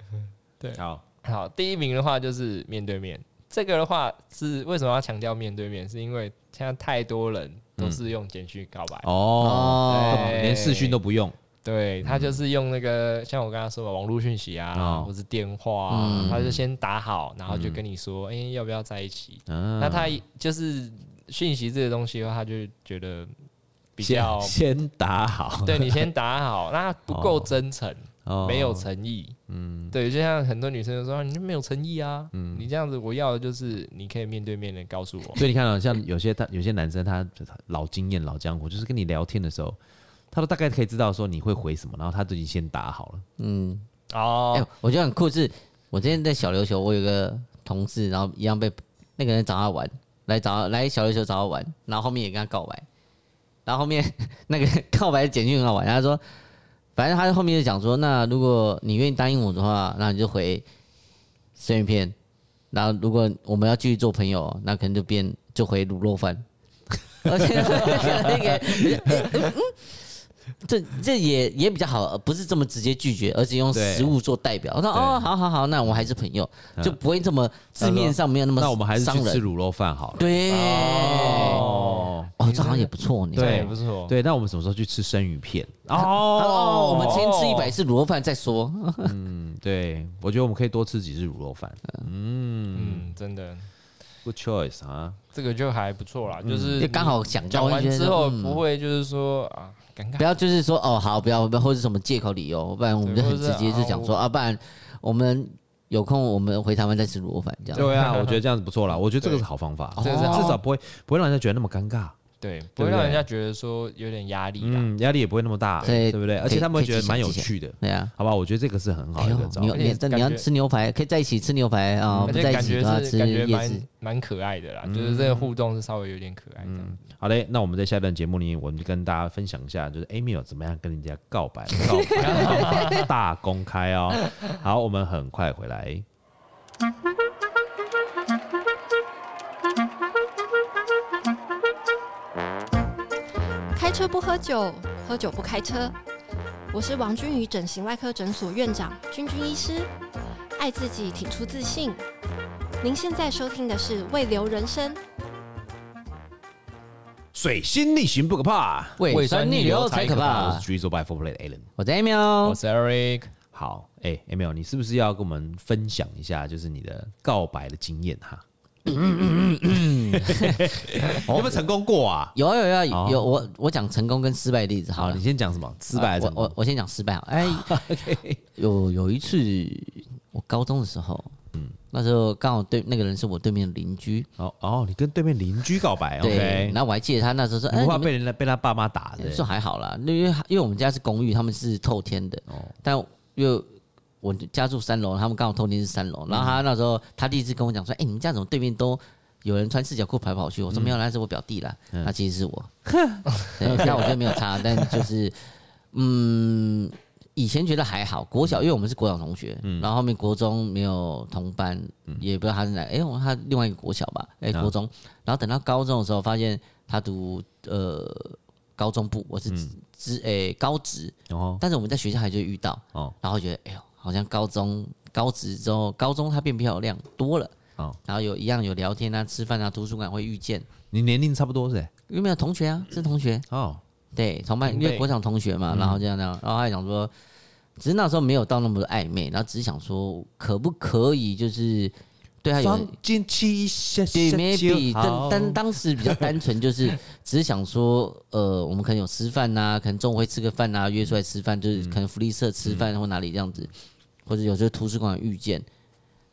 [SPEAKER 1] 好，
[SPEAKER 3] 好，第一名的话就是面对面。这个的话是为什么要强调面对面？是因为现在太多人都是用简讯告白，
[SPEAKER 1] 哦，
[SPEAKER 2] 哦
[SPEAKER 1] 连视讯都不用，
[SPEAKER 3] 对他
[SPEAKER 2] 嗯
[SPEAKER 3] 就是用那个像我刚刚说的网络讯息啊，
[SPEAKER 1] 哦
[SPEAKER 3] 或是电话啊，
[SPEAKER 2] 嗯
[SPEAKER 3] 他就先打好，然后就跟你说，哎，要不要在一起？
[SPEAKER 2] 嗯
[SPEAKER 1] 啊
[SPEAKER 3] 那他就是讯息这个东西的话，他就觉得比较
[SPEAKER 1] 先先打好，
[SPEAKER 3] 对你先打好，那不够真诚，
[SPEAKER 1] 哦
[SPEAKER 3] 没有诚意。嗯，对，就像很多女生就说啊你就没有诚意啊，
[SPEAKER 2] 嗯
[SPEAKER 3] 你这样子我要的就是你可以面对面的告诉
[SPEAKER 2] (laughs)
[SPEAKER 3] 我。
[SPEAKER 1] 所以你看啊，像有些他有些男生他老经验老江湖，就是跟你聊天的时候，他都大概可以知道说你会回什么，然后他都已经先打好了。
[SPEAKER 2] 嗯，哎、
[SPEAKER 3] 哦，
[SPEAKER 2] 我觉得很酷是，我之前在小琉球，我有个同事，然后一样被那个人找他玩，来找来小琉球找他玩，然后后面也跟他告白，然后后面 (laughs) 那个告白的简讯很好玩，他说，反正他后面就讲说，那如果你愿意答应我的话，那你就回生鱼片，然后如果我们要继续做朋友，那可能就变就回卤肉饭，而且那个。这这也也比较好，呃不是这么直接拒绝，而是用
[SPEAKER 1] 对
[SPEAKER 2] 食物做代表。我说
[SPEAKER 1] 对
[SPEAKER 2] 哦，好好好，那我们还是朋友，
[SPEAKER 1] 嗯
[SPEAKER 2] 就不会这么字面上没有那么
[SPEAKER 1] 那我们还是去
[SPEAKER 2] 伤
[SPEAKER 1] 吃
[SPEAKER 2] 人。
[SPEAKER 1] 卤肉饭好了。
[SPEAKER 2] 对，哦，
[SPEAKER 1] 哦，
[SPEAKER 2] 这好像也不错呢。
[SPEAKER 3] 这样也不错。
[SPEAKER 1] 对，那我们什么时候去吃生鱼片？
[SPEAKER 2] 哦，我们先吃一百
[SPEAKER 3] 次。
[SPEAKER 2] 次卤肉饭再说。
[SPEAKER 1] 嗯，对，我觉得我们可以多吃几次卤肉饭。
[SPEAKER 3] 嗯，真的，
[SPEAKER 1] Good choice 啊，
[SPEAKER 3] 这个就还不错啦，就是
[SPEAKER 2] 就嗯刚好想到
[SPEAKER 3] 讲完
[SPEAKER 2] 就觉得
[SPEAKER 3] 之后
[SPEAKER 2] 嗯
[SPEAKER 3] 不会就是说啊尴
[SPEAKER 2] 不
[SPEAKER 3] 尬。
[SPEAKER 2] 要就是说哦好，不要不要，或者什么借口理由，不然我们就
[SPEAKER 3] 对
[SPEAKER 2] 很直接
[SPEAKER 3] 或者
[SPEAKER 2] 就是讲说啊，不然我们有空我们回台湾再吃卤肉饭这样。
[SPEAKER 1] 对啊， (laughs) 哦我觉得这样子不错啦。我觉得这个是好方法，
[SPEAKER 3] 这个是好
[SPEAKER 1] 至少不会不会让人家觉得那么尴尬，
[SPEAKER 3] 对，不会让人家觉得说有点压力啦。
[SPEAKER 1] 嗯，压力也不会那么大，
[SPEAKER 2] 对
[SPEAKER 1] 对不对？
[SPEAKER 2] 可以
[SPEAKER 1] 而且他们会觉
[SPEAKER 2] 可以
[SPEAKER 1] 得
[SPEAKER 2] 记起来
[SPEAKER 1] 蛮有
[SPEAKER 2] 记起来
[SPEAKER 1] 趣的，
[SPEAKER 2] 对啊。
[SPEAKER 1] 好吧？我觉得这个是很好
[SPEAKER 2] 哎
[SPEAKER 1] 的
[SPEAKER 2] 呦
[SPEAKER 1] 一个，招
[SPEAKER 2] 牛
[SPEAKER 1] 法。
[SPEAKER 2] 你
[SPEAKER 3] 而且
[SPEAKER 2] 你要
[SPEAKER 3] 感觉
[SPEAKER 2] 吃牛排，可以在一起吃牛排啊，
[SPEAKER 3] 而
[SPEAKER 2] 不
[SPEAKER 3] 且
[SPEAKER 2] 在一
[SPEAKER 3] 感
[SPEAKER 2] 起
[SPEAKER 3] 觉
[SPEAKER 2] 的话
[SPEAKER 3] 是
[SPEAKER 2] 吃
[SPEAKER 3] 感觉
[SPEAKER 2] 夜市
[SPEAKER 3] 蛮。蛮可爱的啦，就是
[SPEAKER 2] 嗯
[SPEAKER 3] 这个互动是稍微有点可爱这样。
[SPEAKER 1] 好嘞，那我们在下一段节目里，我们就跟大家分享一下，就是 Amy 有怎么样跟人家告白，告
[SPEAKER 2] (laughs)
[SPEAKER 1] 白大公开哦。好，我们很快回来。
[SPEAKER 5] 开车不喝酒，喝酒不开车。我是王君宇整形外科诊所院长君君医师，爱自己，挺出自信。您现在收听的是《未留人生》。
[SPEAKER 1] 水星逆行不可怕，
[SPEAKER 2] 胃酸逆流才可
[SPEAKER 1] 我
[SPEAKER 2] 怕
[SPEAKER 1] 是。Drizzle by Four Play 的 Alan。
[SPEAKER 2] 我在喵
[SPEAKER 3] 我，是哦 Eric，
[SPEAKER 1] 好，哎、a m i l 你是不是要跟我们分享一下，就是你的告白的经验
[SPEAKER 2] (laughs)
[SPEAKER 1] 哈？有没有成功过啊？
[SPEAKER 2] 有有有
[SPEAKER 1] 哦
[SPEAKER 2] 有有，我我讲成功跟失败的例子好
[SPEAKER 1] 好，
[SPEAKER 2] 了
[SPEAKER 1] 你。先讲什么？失败还是
[SPEAKER 2] 我
[SPEAKER 1] 成功
[SPEAKER 2] 我我先讲失败好
[SPEAKER 1] (laughs)
[SPEAKER 2] 了。哎，有有一次我高中的时候，
[SPEAKER 1] 嗯
[SPEAKER 2] 那时候刚好对那个人是我对面的邻居，
[SPEAKER 1] 哦哦，你跟对面邻居告白
[SPEAKER 2] 对
[SPEAKER 1] ，OK？，
[SPEAKER 2] 然后我还记得他那时候说，
[SPEAKER 1] 你
[SPEAKER 2] 哎，
[SPEAKER 1] 不
[SPEAKER 2] 你
[SPEAKER 1] 怕
[SPEAKER 2] 们
[SPEAKER 1] 被人家被他爸妈打的？
[SPEAKER 2] 说还好啦，因为因为我们家是公寓，他们是透天的，
[SPEAKER 1] 哦
[SPEAKER 2] 但因为我家住三楼，他们刚好透天是三楼，然后他那时候他第一次跟我讲说，哎、你们家怎么对面都有人穿四角裤跑来跑去？我说没有啦，那是我表弟啦，那其实是我，对，那我觉得没有差，但就是嗯。以前觉得还好，国小因为我们是国小同学，然后后面国中没有同班，也不知道他是哪，哎、我他另外一个国小吧，哎、
[SPEAKER 1] 啊
[SPEAKER 2] 国中，然后等到高中的时候，发现他读呃高中部，我是职诶、高职，
[SPEAKER 1] 然后
[SPEAKER 2] 但是我们在学校还就遇到，
[SPEAKER 1] 哦
[SPEAKER 2] 然后觉得哎呦，好像高中高职之后，高中她变漂亮多了，
[SPEAKER 1] 哦，
[SPEAKER 2] 然后有一样有聊天啊、吃饭啊、图书馆会遇见，
[SPEAKER 1] 你年龄差不多是不是？
[SPEAKER 2] 因为没有同学啊，是同学，
[SPEAKER 1] 哦，
[SPEAKER 2] 对，同班
[SPEAKER 3] 同
[SPEAKER 2] 因为
[SPEAKER 3] 辈
[SPEAKER 2] 国小同学嘛，然后这样这样，然后还想说，只是那时候没有到那么多暧昧，然后只是想说可不可以就是对她有
[SPEAKER 1] 进去下
[SPEAKER 2] 对，maybe，但但当时比较单纯，就是 (laughs) 只是想说，呃，我们可能有吃饭呐、可能中午会吃个饭呐、啊约出来吃饭，
[SPEAKER 1] 嗯
[SPEAKER 2] 就是可能福利社吃饭或哪里这样子，或者有时候图书馆遇见，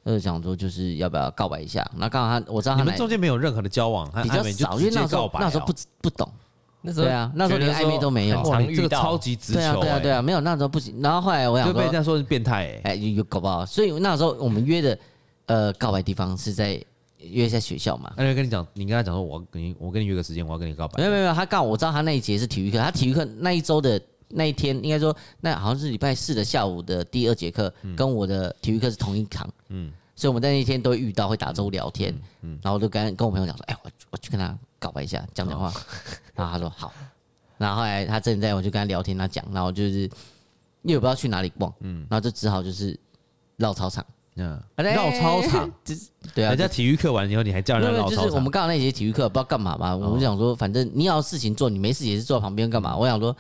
[SPEAKER 2] 呃，想说就是要不要告白一下。那刚好他我知道
[SPEAKER 1] 你
[SPEAKER 2] 他
[SPEAKER 1] 们
[SPEAKER 2] 来
[SPEAKER 1] 中间没有任何的交往和
[SPEAKER 2] 比
[SPEAKER 1] 暧
[SPEAKER 2] 较
[SPEAKER 1] 昧，就
[SPEAKER 2] 少，
[SPEAKER 1] 直
[SPEAKER 2] 因为
[SPEAKER 1] 接
[SPEAKER 2] 那时
[SPEAKER 1] 告
[SPEAKER 2] 候
[SPEAKER 1] 白哦。
[SPEAKER 2] 那时候不知不懂，
[SPEAKER 3] 那时候
[SPEAKER 2] 对啊那时候连
[SPEAKER 3] 觉得说
[SPEAKER 2] 暧昧都没有啊
[SPEAKER 3] 很
[SPEAKER 1] 哇，
[SPEAKER 3] 常
[SPEAKER 1] 你这
[SPEAKER 3] 遇
[SPEAKER 1] 个
[SPEAKER 3] 到
[SPEAKER 1] 超，级直球
[SPEAKER 2] 对
[SPEAKER 1] 欸，
[SPEAKER 2] 啊对啊对啊，没有那时候不行。然后后来我想
[SPEAKER 1] 就被人
[SPEAKER 2] 说，
[SPEAKER 1] 家说是变态欸
[SPEAKER 2] 哎，有有搞不好，所以那时候我们约的呃告白地方是在约在学校嘛，
[SPEAKER 1] 那就跟你讲，你跟他讲说，我要跟你，我跟你约个时间，我要跟你告白。
[SPEAKER 2] 没有没有没有，他刚好我知道他那一节是体育课，他体育课那一周的那一天，应该说那好像是礼拜四的下午的第二节课，跟我的体育课是同一堂，嗯，所以我们在那一天都会遇到，会打周聊天，嗯，然后我就跟跟我朋友讲说，哎、我我去跟他告白一下，讲讲 (laughs) 话，然后他说好，然后后来他正在我就跟他聊天，他讲，然后就是因为我不知道去哪里逛，嗯，然后就只好就是绕操场，
[SPEAKER 1] 嗯，
[SPEAKER 2] 哎
[SPEAKER 1] 绕操
[SPEAKER 2] (laughs)
[SPEAKER 1] 场，
[SPEAKER 2] 对啊，
[SPEAKER 1] 人家体育课完以后，你还叫
[SPEAKER 2] 没
[SPEAKER 1] 人
[SPEAKER 2] 有
[SPEAKER 1] 家
[SPEAKER 2] 没
[SPEAKER 1] 绕
[SPEAKER 2] 有，就
[SPEAKER 1] 操
[SPEAKER 2] 是我
[SPEAKER 1] 场
[SPEAKER 2] 们？刚好
[SPEAKER 3] 哦
[SPEAKER 2] 那节体育课不知道干嘛嘛，我们想说，反正你要有事情做，你没事也是坐在旁边干嘛？我想说，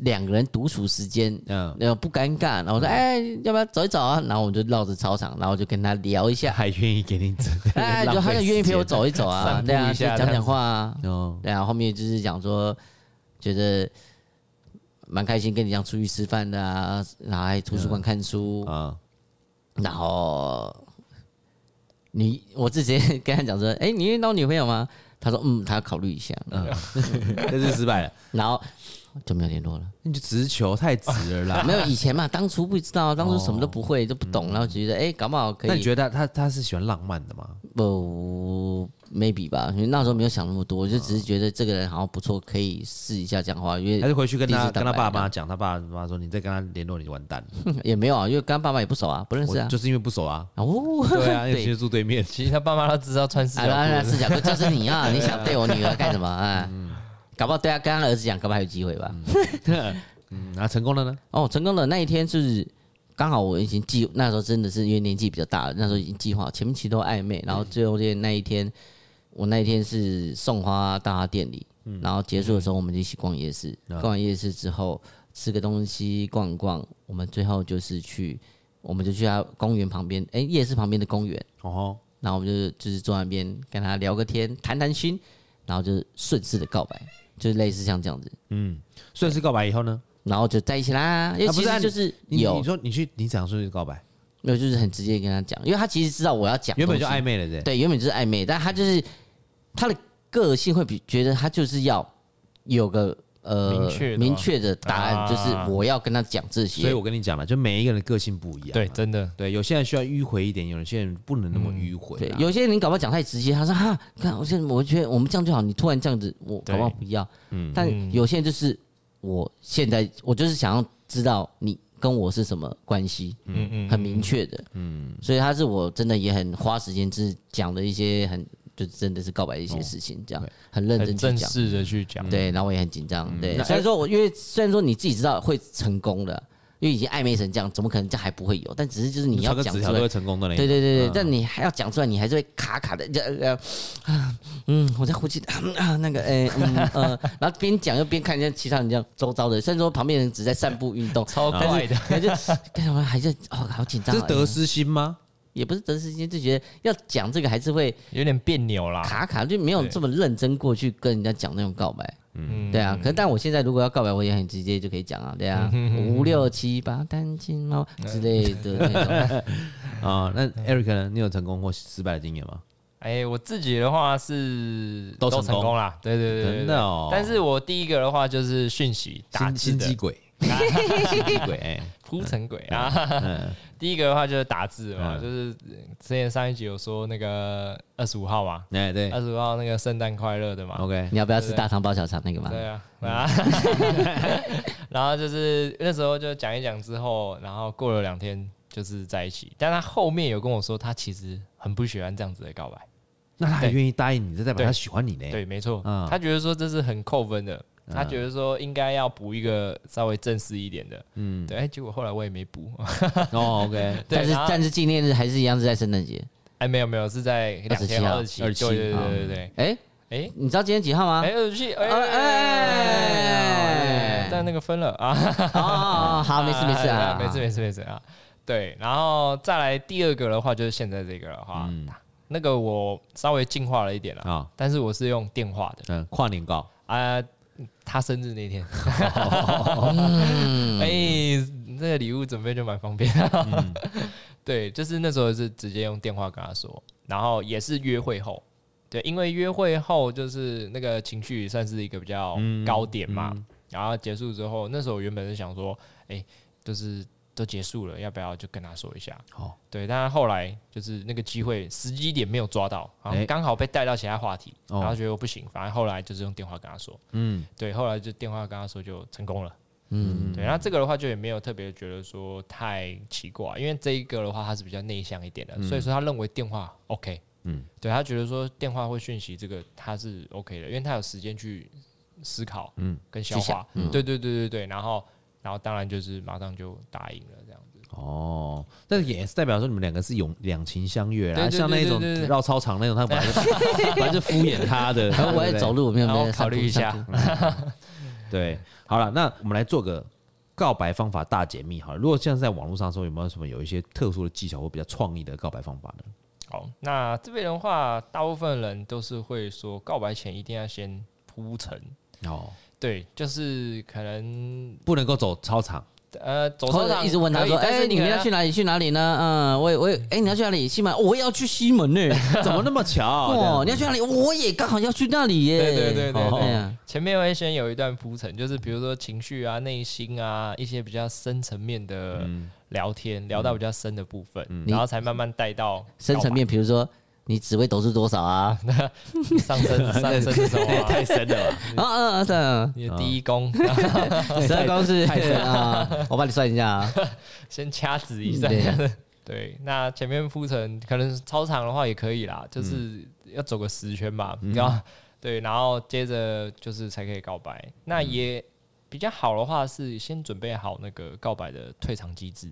[SPEAKER 2] 两个人独处时间，
[SPEAKER 1] 嗯，
[SPEAKER 2] 呃，不尴尬。然后
[SPEAKER 3] 嗯
[SPEAKER 2] 我说，哎，要不要走一走啊？然后我们就绕着操场，然后就跟他聊一
[SPEAKER 3] (laughs)
[SPEAKER 2] 下，
[SPEAKER 1] 还愿意给你整，
[SPEAKER 2] (laughs) 哎，就他就愿意陪我走一走啊
[SPEAKER 3] 浪，费
[SPEAKER 2] 对
[SPEAKER 3] 时间
[SPEAKER 2] 啊，就
[SPEAKER 3] 散步一下
[SPEAKER 2] 讲讲话啊，
[SPEAKER 1] 哦，
[SPEAKER 2] 对啊，后面就是讲说，觉得蛮开心跟你这样出去吃饭的啊，然后还图
[SPEAKER 3] 嗯
[SPEAKER 2] 书馆看书，
[SPEAKER 1] 啊，
[SPEAKER 2] 然后你我直接跟他讲说，哎、你遇到女朋友吗？他说，嗯，他要考虑一下，
[SPEAKER 1] 但是失败了，
[SPEAKER 2] 然后就没有联络了。
[SPEAKER 1] 那就直球太直了啦。
[SPEAKER 2] 没有以前嘛，当初不知道，当初什么都不会，都不懂，然后觉得，哎、搞不好 (laughs) 可
[SPEAKER 1] 嗯那你
[SPEAKER 2] 以，
[SPEAKER 1] 觉得他他他是喜欢浪漫的吗？
[SPEAKER 2] 不，maybe 哦吧，因为那时候没有想那么多，我
[SPEAKER 1] 嗯
[SPEAKER 2] 就只是觉得这个人好像不错，可以试一下讲话，因为
[SPEAKER 1] 还是回去跟
[SPEAKER 2] 呃第一
[SPEAKER 1] 他
[SPEAKER 2] 次打
[SPEAKER 1] 跟他爸
[SPEAKER 2] 扮
[SPEAKER 1] 妈讲，他爸妈说你再跟他联络你就完蛋了，
[SPEAKER 2] 也没有啊，因为跟他爸妈也不熟啊，不认
[SPEAKER 1] 我
[SPEAKER 2] 识啊。
[SPEAKER 1] 就是因为不熟
[SPEAKER 2] (laughs)
[SPEAKER 1] 啊。
[SPEAKER 2] 哦，
[SPEAKER 1] 对啊，因为其
[SPEAKER 2] 对，
[SPEAKER 1] 实住对面，
[SPEAKER 3] 其实他爸妈都知道穿四角
[SPEAKER 2] 啊，
[SPEAKER 3] 裤
[SPEAKER 2] 那那
[SPEAKER 3] 的，
[SPEAKER 2] 四角哥就是你啊，你想对我女儿干什么啊？搞不好对他跟他儿子讲，搞不好还有机会吧。
[SPEAKER 1] 嗯，那成功了呢？
[SPEAKER 2] 哦，成功了那一天是刚好我已经计那时候真的是因为年纪比较大了，那时候已经计划好前面其实都暧昧，然后最后面那一天，我那一天是送花到他店里，
[SPEAKER 1] 嗯
[SPEAKER 2] 然后结束的时候我们就一起逛夜市，
[SPEAKER 1] 啊
[SPEAKER 2] 逛完夜市之后吃个东西逛一逛，我们最后就是去，我们就去他公园旁边，哎、夜市旁边的公园，
[SPEAKER 1] 哦，
[SPEAKER 2] 然后我们就就是坐那边跟他聊个天，谈谈心，然后就是顺势的告白，就是类似像这样子。
[SPEAKER 1] 顺势告白以后呢？
[SPEAKER 2] 然后就在一起啦，因为
[SPEAKER 1] 啊不
[SPEAKER 2] 其
[SPEAKER 1] 是啊
[SPEAKER 2] 实就是
[SPEAKER 1] 你
[SPEAKER 2] 有
[SPEAKER 1] 你说你去你怎样顺势告白？
[SPEAKER 2] 没有，就是很直接跟他讲，因为他其实知道我要讲东
[SPEAKER 1] 原
[SPEAKER 2] 西，
[SPEAKER 1] 本就暧昧了，对。
[SPEAKER 2] 对，原本就是暧昧，但他就是他的个性会比觉得他就是要有个呃
[SPEAKER 3] 明确的吗
[SPEAKER 2] 明确的答案，
[SPEAKER 3] 啊
[SPEAKER 2] 就是我要跟他讲这些，
[SPEAKER 1] 所以我跟你讲了，就每一个人个性不一样啊。
[SPEAKER 3] 对，真的
[SPEAKER 1] 对，有些人需要迂回一点，有些人不能那么迂回
[SPEAKER 2] 对
[SPEAKER 1] 啊。，
[SPEAKER 2] 有些人你搞不好讲太直接，他说哈，看我现在我觉得我们这样就好，你突然这样子，我
[SPEAKER 3] 对
[SPEAKER 2] 搞不好不要。
[SPEAKER 1] 嗯
[SPEAKER 2] 但有些人就是我现在我就是想要知道你跟我是什么关系，嗯嗯，很明确的，嗯，所以他是我真的也很花时间，就是讲的一些很就真的是告白的一些事情，这样、很认
[SPEAKER 3] 很
[SPEAKER 2] 真去
[SPEAKER 3] 正
[SPEAKER 2] 讲。嗯
[SPEAKER 3] 式的去讲，
[SPEAKER 1] 嗯
[SPEAKER 2] 对，然后我也很紧张。对，虽然说我因为虽然说你自己知道会成功的，因为已经暧昧成这样，怎么可能这还不会有？但只是就是你
[SPEAKER 1] 传
[SPEAKER 2] 要
[SPEAKER 1] 个
[SPEAKER 2] 讲
[SPEAKER 1] 纸
[SPEAKER 2] 出
[SPEAKER 1] 条都
[SPEAKER 2] 来
[SPEAKER 1] 会，成功的嘞。
[SPEAKER 2] 对对对对，但你还要讲出来，你还是会卡卡的，就呃，啊嗯，我在呼吸啊啊，那个，哎，嗯呃，然后边讲又边看人家其他人这样周遭的，虽然说旁边人只在散步运动，
[SPEAKER 3] 超 (laughs) 怪的，
[SPEAKER 2] 但是干什么还是哦，好紧张
[SPEAKER 1] 这
[SPEAKER 2] 啊，
[SPEAKER 1] 是得失心吗？
[SPEAKER 2] 也不是得失心，就觉得要讲这个还是会
[SPEAKER 3] 有点别扭啦。
[SPEAKER 2] 卡卡，就没有
[SPEAKER 3] 对
[SPEAKER 2] 这么认真过去跟人家讲那种告白。对啊，可但我现在如果要告白，我也很直接就可以讲啊，对啊，五六七八单亲猫之类的那种。
[SPEAKER 1] 啊，那 Eric 呢？你有成功或失败的经验吗？
[SPEAKER 3] 哎，我自己的话是
[SPEAKER 1] 都成
[SPEAKER 3] 成
[SPEAKER 1] 功
[SPEAKER 3] 功啦，对对对对，对
[SPEAKER 1] 真的哦
[SPEAKER 3] 但是我第一个的话就是讯息打
[SPEAKER 1] 心
[SPEAKER 3] 字
[SPEAKER 1] 心
[SPEAKER 3] 的
[SPEAKER 1] 机鬼， (laughs) 心机鬼，哎，
[SPEAKER 3] 铺成鬼
[SPEAKER 1] 嗯
[SPEAKER 3] (laughs) 啊！第一个的话就是打字嘛，就是之前上一集有说那个二十五号嘛，
[SPEAKER 1] 哎对哦
[SPEAKER 3] 二十五号那个圣诞快乐的嘛，
[SPEAKER 1] ，OK，
[SPEAKER 2] 你要不要吃大肠包小肠那个嘛？
[SPEAKER 3] 对啊，
[SPEAKER 1] 嗯
[SPEAKER 3] 啊， (laughs) 然后就是那时候就讲一讲之后，然后过了两天就是在一起，但他后面有跟我说，他其实很不喜欢这样子的告白。
[SPEAKER 1] 那他还
[SPEAKER 3] 对
[SPEAKER 1] 愿意答应你，这代表
[SPEAKER 3] 对
[SPEAKER 1] 他喜欢你呢。
[SPEAKER 3] 对，没错，
[SPEAKER 1] 嗯
[SPEAKER 3] 他觉得说这是很扣分的，他觉得说应该要补一个稍微正式一点的，嗯，对，哎，结果后来我也没补，
[SPEAKER 1] 哦，OK， (laughs)
[SPEAKER 3] 对
[SPEAKER 2] 但是
[SPEAKER 3] 然后
[SPEAKER 2] 但是纪念日还是一样是在圣诞节。
[SPEAKER 3] 哎，没有没有，是在两天
[SPEAKER 2] 27
[SPEAKER 3] 二十七，对对对对对，
[SPEAKER 2] 哎，
[SPEAKER 3] 哎
[SPEAKER 2] 你知道今天几号吗？
[SPEAKER 3] 哎二十七，哎
[SPEAKER 2] 哎
[SPEAKER 3] 哎
[SPEAKER 2] 哎，
[SPEAKER 3] 但那个分了啊，
[SPEAKER 2] 哦哦，哦好，没事没事啊，
[SPEAKER 3] (laughs) 没事没事没事啊，对，然后再来第二个的话，就是现在这个的话，那个我稍微进化了一点了，
[SPEAKER 1] 啊，
[SPEAKER 3] 但是我是用电话的
[SPEAKER 1] 嗯，跨年告，
[SPEAKER 3] 啊。他生日那天，哎，这个礼物准备就蛮方便的。 (laughs) 对，就是那时候是直接用电话跟他说，然后也是约会后，对，因为约会后就是那个情绪算是一个比较高点嘛，然后结束之后，那时候我原本是想说，哎、就是都结束了，要不要就跟他说一下？
[SPEAKER 1] 好，
[SPEAKER 3] 对，但是后来就是那个机会时机点没有抓到，然
[SPEAKER 1] 哎
[SPEAKER 3] 后刚好被带到其他话题，
[SPEAKER 1] 哦
[SPEAKER 3] 然后觉得我不行，反正后来就是用电话跟他说，
[SPEAKER 1] 嗯，
[SPEAKER 3] 对，后来就电话跟他说就成功了。
[SPEAKER 2] 嗯，
[SPEAKER 3] 对，那这个的话就也没有特别觉得说太奇怪，因为这一个的话他是比较内向一点的，所以说他认为电话 OK，
[SPEAKER 1] 嗯
[SPEAKER 3] 嗯，对他觉得说电话或讯息这个他是 OK 的，因为他有时间去思考，
[SPEAKER 1] 嗯
[SPEAKER 3] 嗯，跟消
[SPEAKER 2] 去
[SPEAKER 3] 化，对对对对对，然后然后当然就是马上就答应了这样子，
[SPEAKER 1] 哦，但是也是代表说你们两个是永两情相悦啦，
[SPEAKER 3] 对对对
[SPEAKER 1] 像那种
[SPEAKER 3] 对对对
[SPEAKER 1] 绕操场那种，他本来就本来就敷衍他的，
[SPEAKER 2] 然后我
[SPEAKER 1] 对
[SPEAKER 2] 也
[SPEAKER 1] 不对
[SPEAKER 2] 走路，没有没
[SPEAKER 3] 然后
[SPEAKER 2] 有，
[SPEAKER 3] 考虑一下
[SPEAKER 2] 散步散步
[SPEAKER 1] 对，好了，那我们来做个告白方法大解密好了。如果现在在网络上说有没有什么有一些特殊的技巧或比较创意的告白方法呢？
[SPEAKER 3] 好，那这边的话，大部分人都是会说，告白前一定要先铺陈，
[SPEAKER 1] 哦，
[SPEAKER 3] 对，就是可能
[SPEAKER 1] 不能够走操场，
[SPEAKER 3] 呃，走
[SPEAKER 2] 或
[SPEAKER 3] 操
[SPEAKER 2] 者
[SPEAKER 3] 场
[SPEAKER 2] 一直问他
[SPEAKER 3] 可以啊
[SPEAKER 2] 说：“
[SPEAKER 3] 但
[SPEAKER 2] 哎、
[SPEAKER 3] 是
[SPEAKER 2] 你
[SPEAKER 3] 可
[SPEAKER 2] 们
[SPEAKER 3] 能
[SPEAKER 2] 要去哪里？去哪里呢？嗯，我也我也，哎、你要去哪里？西门，我也要去西门
[SPEAKER 3] (laughs)
[SPEAKER 2] 呢、
[SPEAKER 1] 怎么那么巧？
[SPEAKER 2] 哦，你要去哪里？我也刚好要去那里耶、
[SPEAKER 3] 对对对对
[SPEAKER 1] 对
[SPEAKER 2] 哎呀
[SPEAKER 3] 前面会先有一段铺陈，就是比如说情绪啊、内心啊一些比较深层面的
[SPEAKER 2] 嗯
[SPEAKER 3] 聊天，聊到比较深的部分，然后才慢慢带到
[SPEAKER 2] 深层面，比如说你紫微斗数多少
[SPEAKER 3] (laughs)
[SPEAKER 2] 啊？
[SPEAKER 3] 告白上
[SPEAKER 2] (laughs)
[SPEAKER 3] 升上升是什么、啊？
[SPEAKER 1] 深了吧？
[SPEAKER 2] 啊啊啊！
[SPEAKER 3] (laughs)
[SPEAKER 2] 这
[SPEAKER 3] 你的第一宫，
[SPEAKER 2] 嗯十二宫是 (laughs) 啊，我帮你算一下啊。
[SPEAKER 3] 先掐指一
[SPEAKER 2] 嗯
[SPEAKER 3] 算。
[SPEAKER 2] 对
[SPEAKER 3] (laughs) 对，那前面铺陈可能操场的话也可以啦，
[SPEAKER 2] 嗯
[SPEAKER 3] 就是要走个十圈吧，然后对，然后接着就是才可以告白。那
[SPEAKER 2] 嗯
[SPEAKER 3] 也比较好的话是先准备好那个告白的退场机制，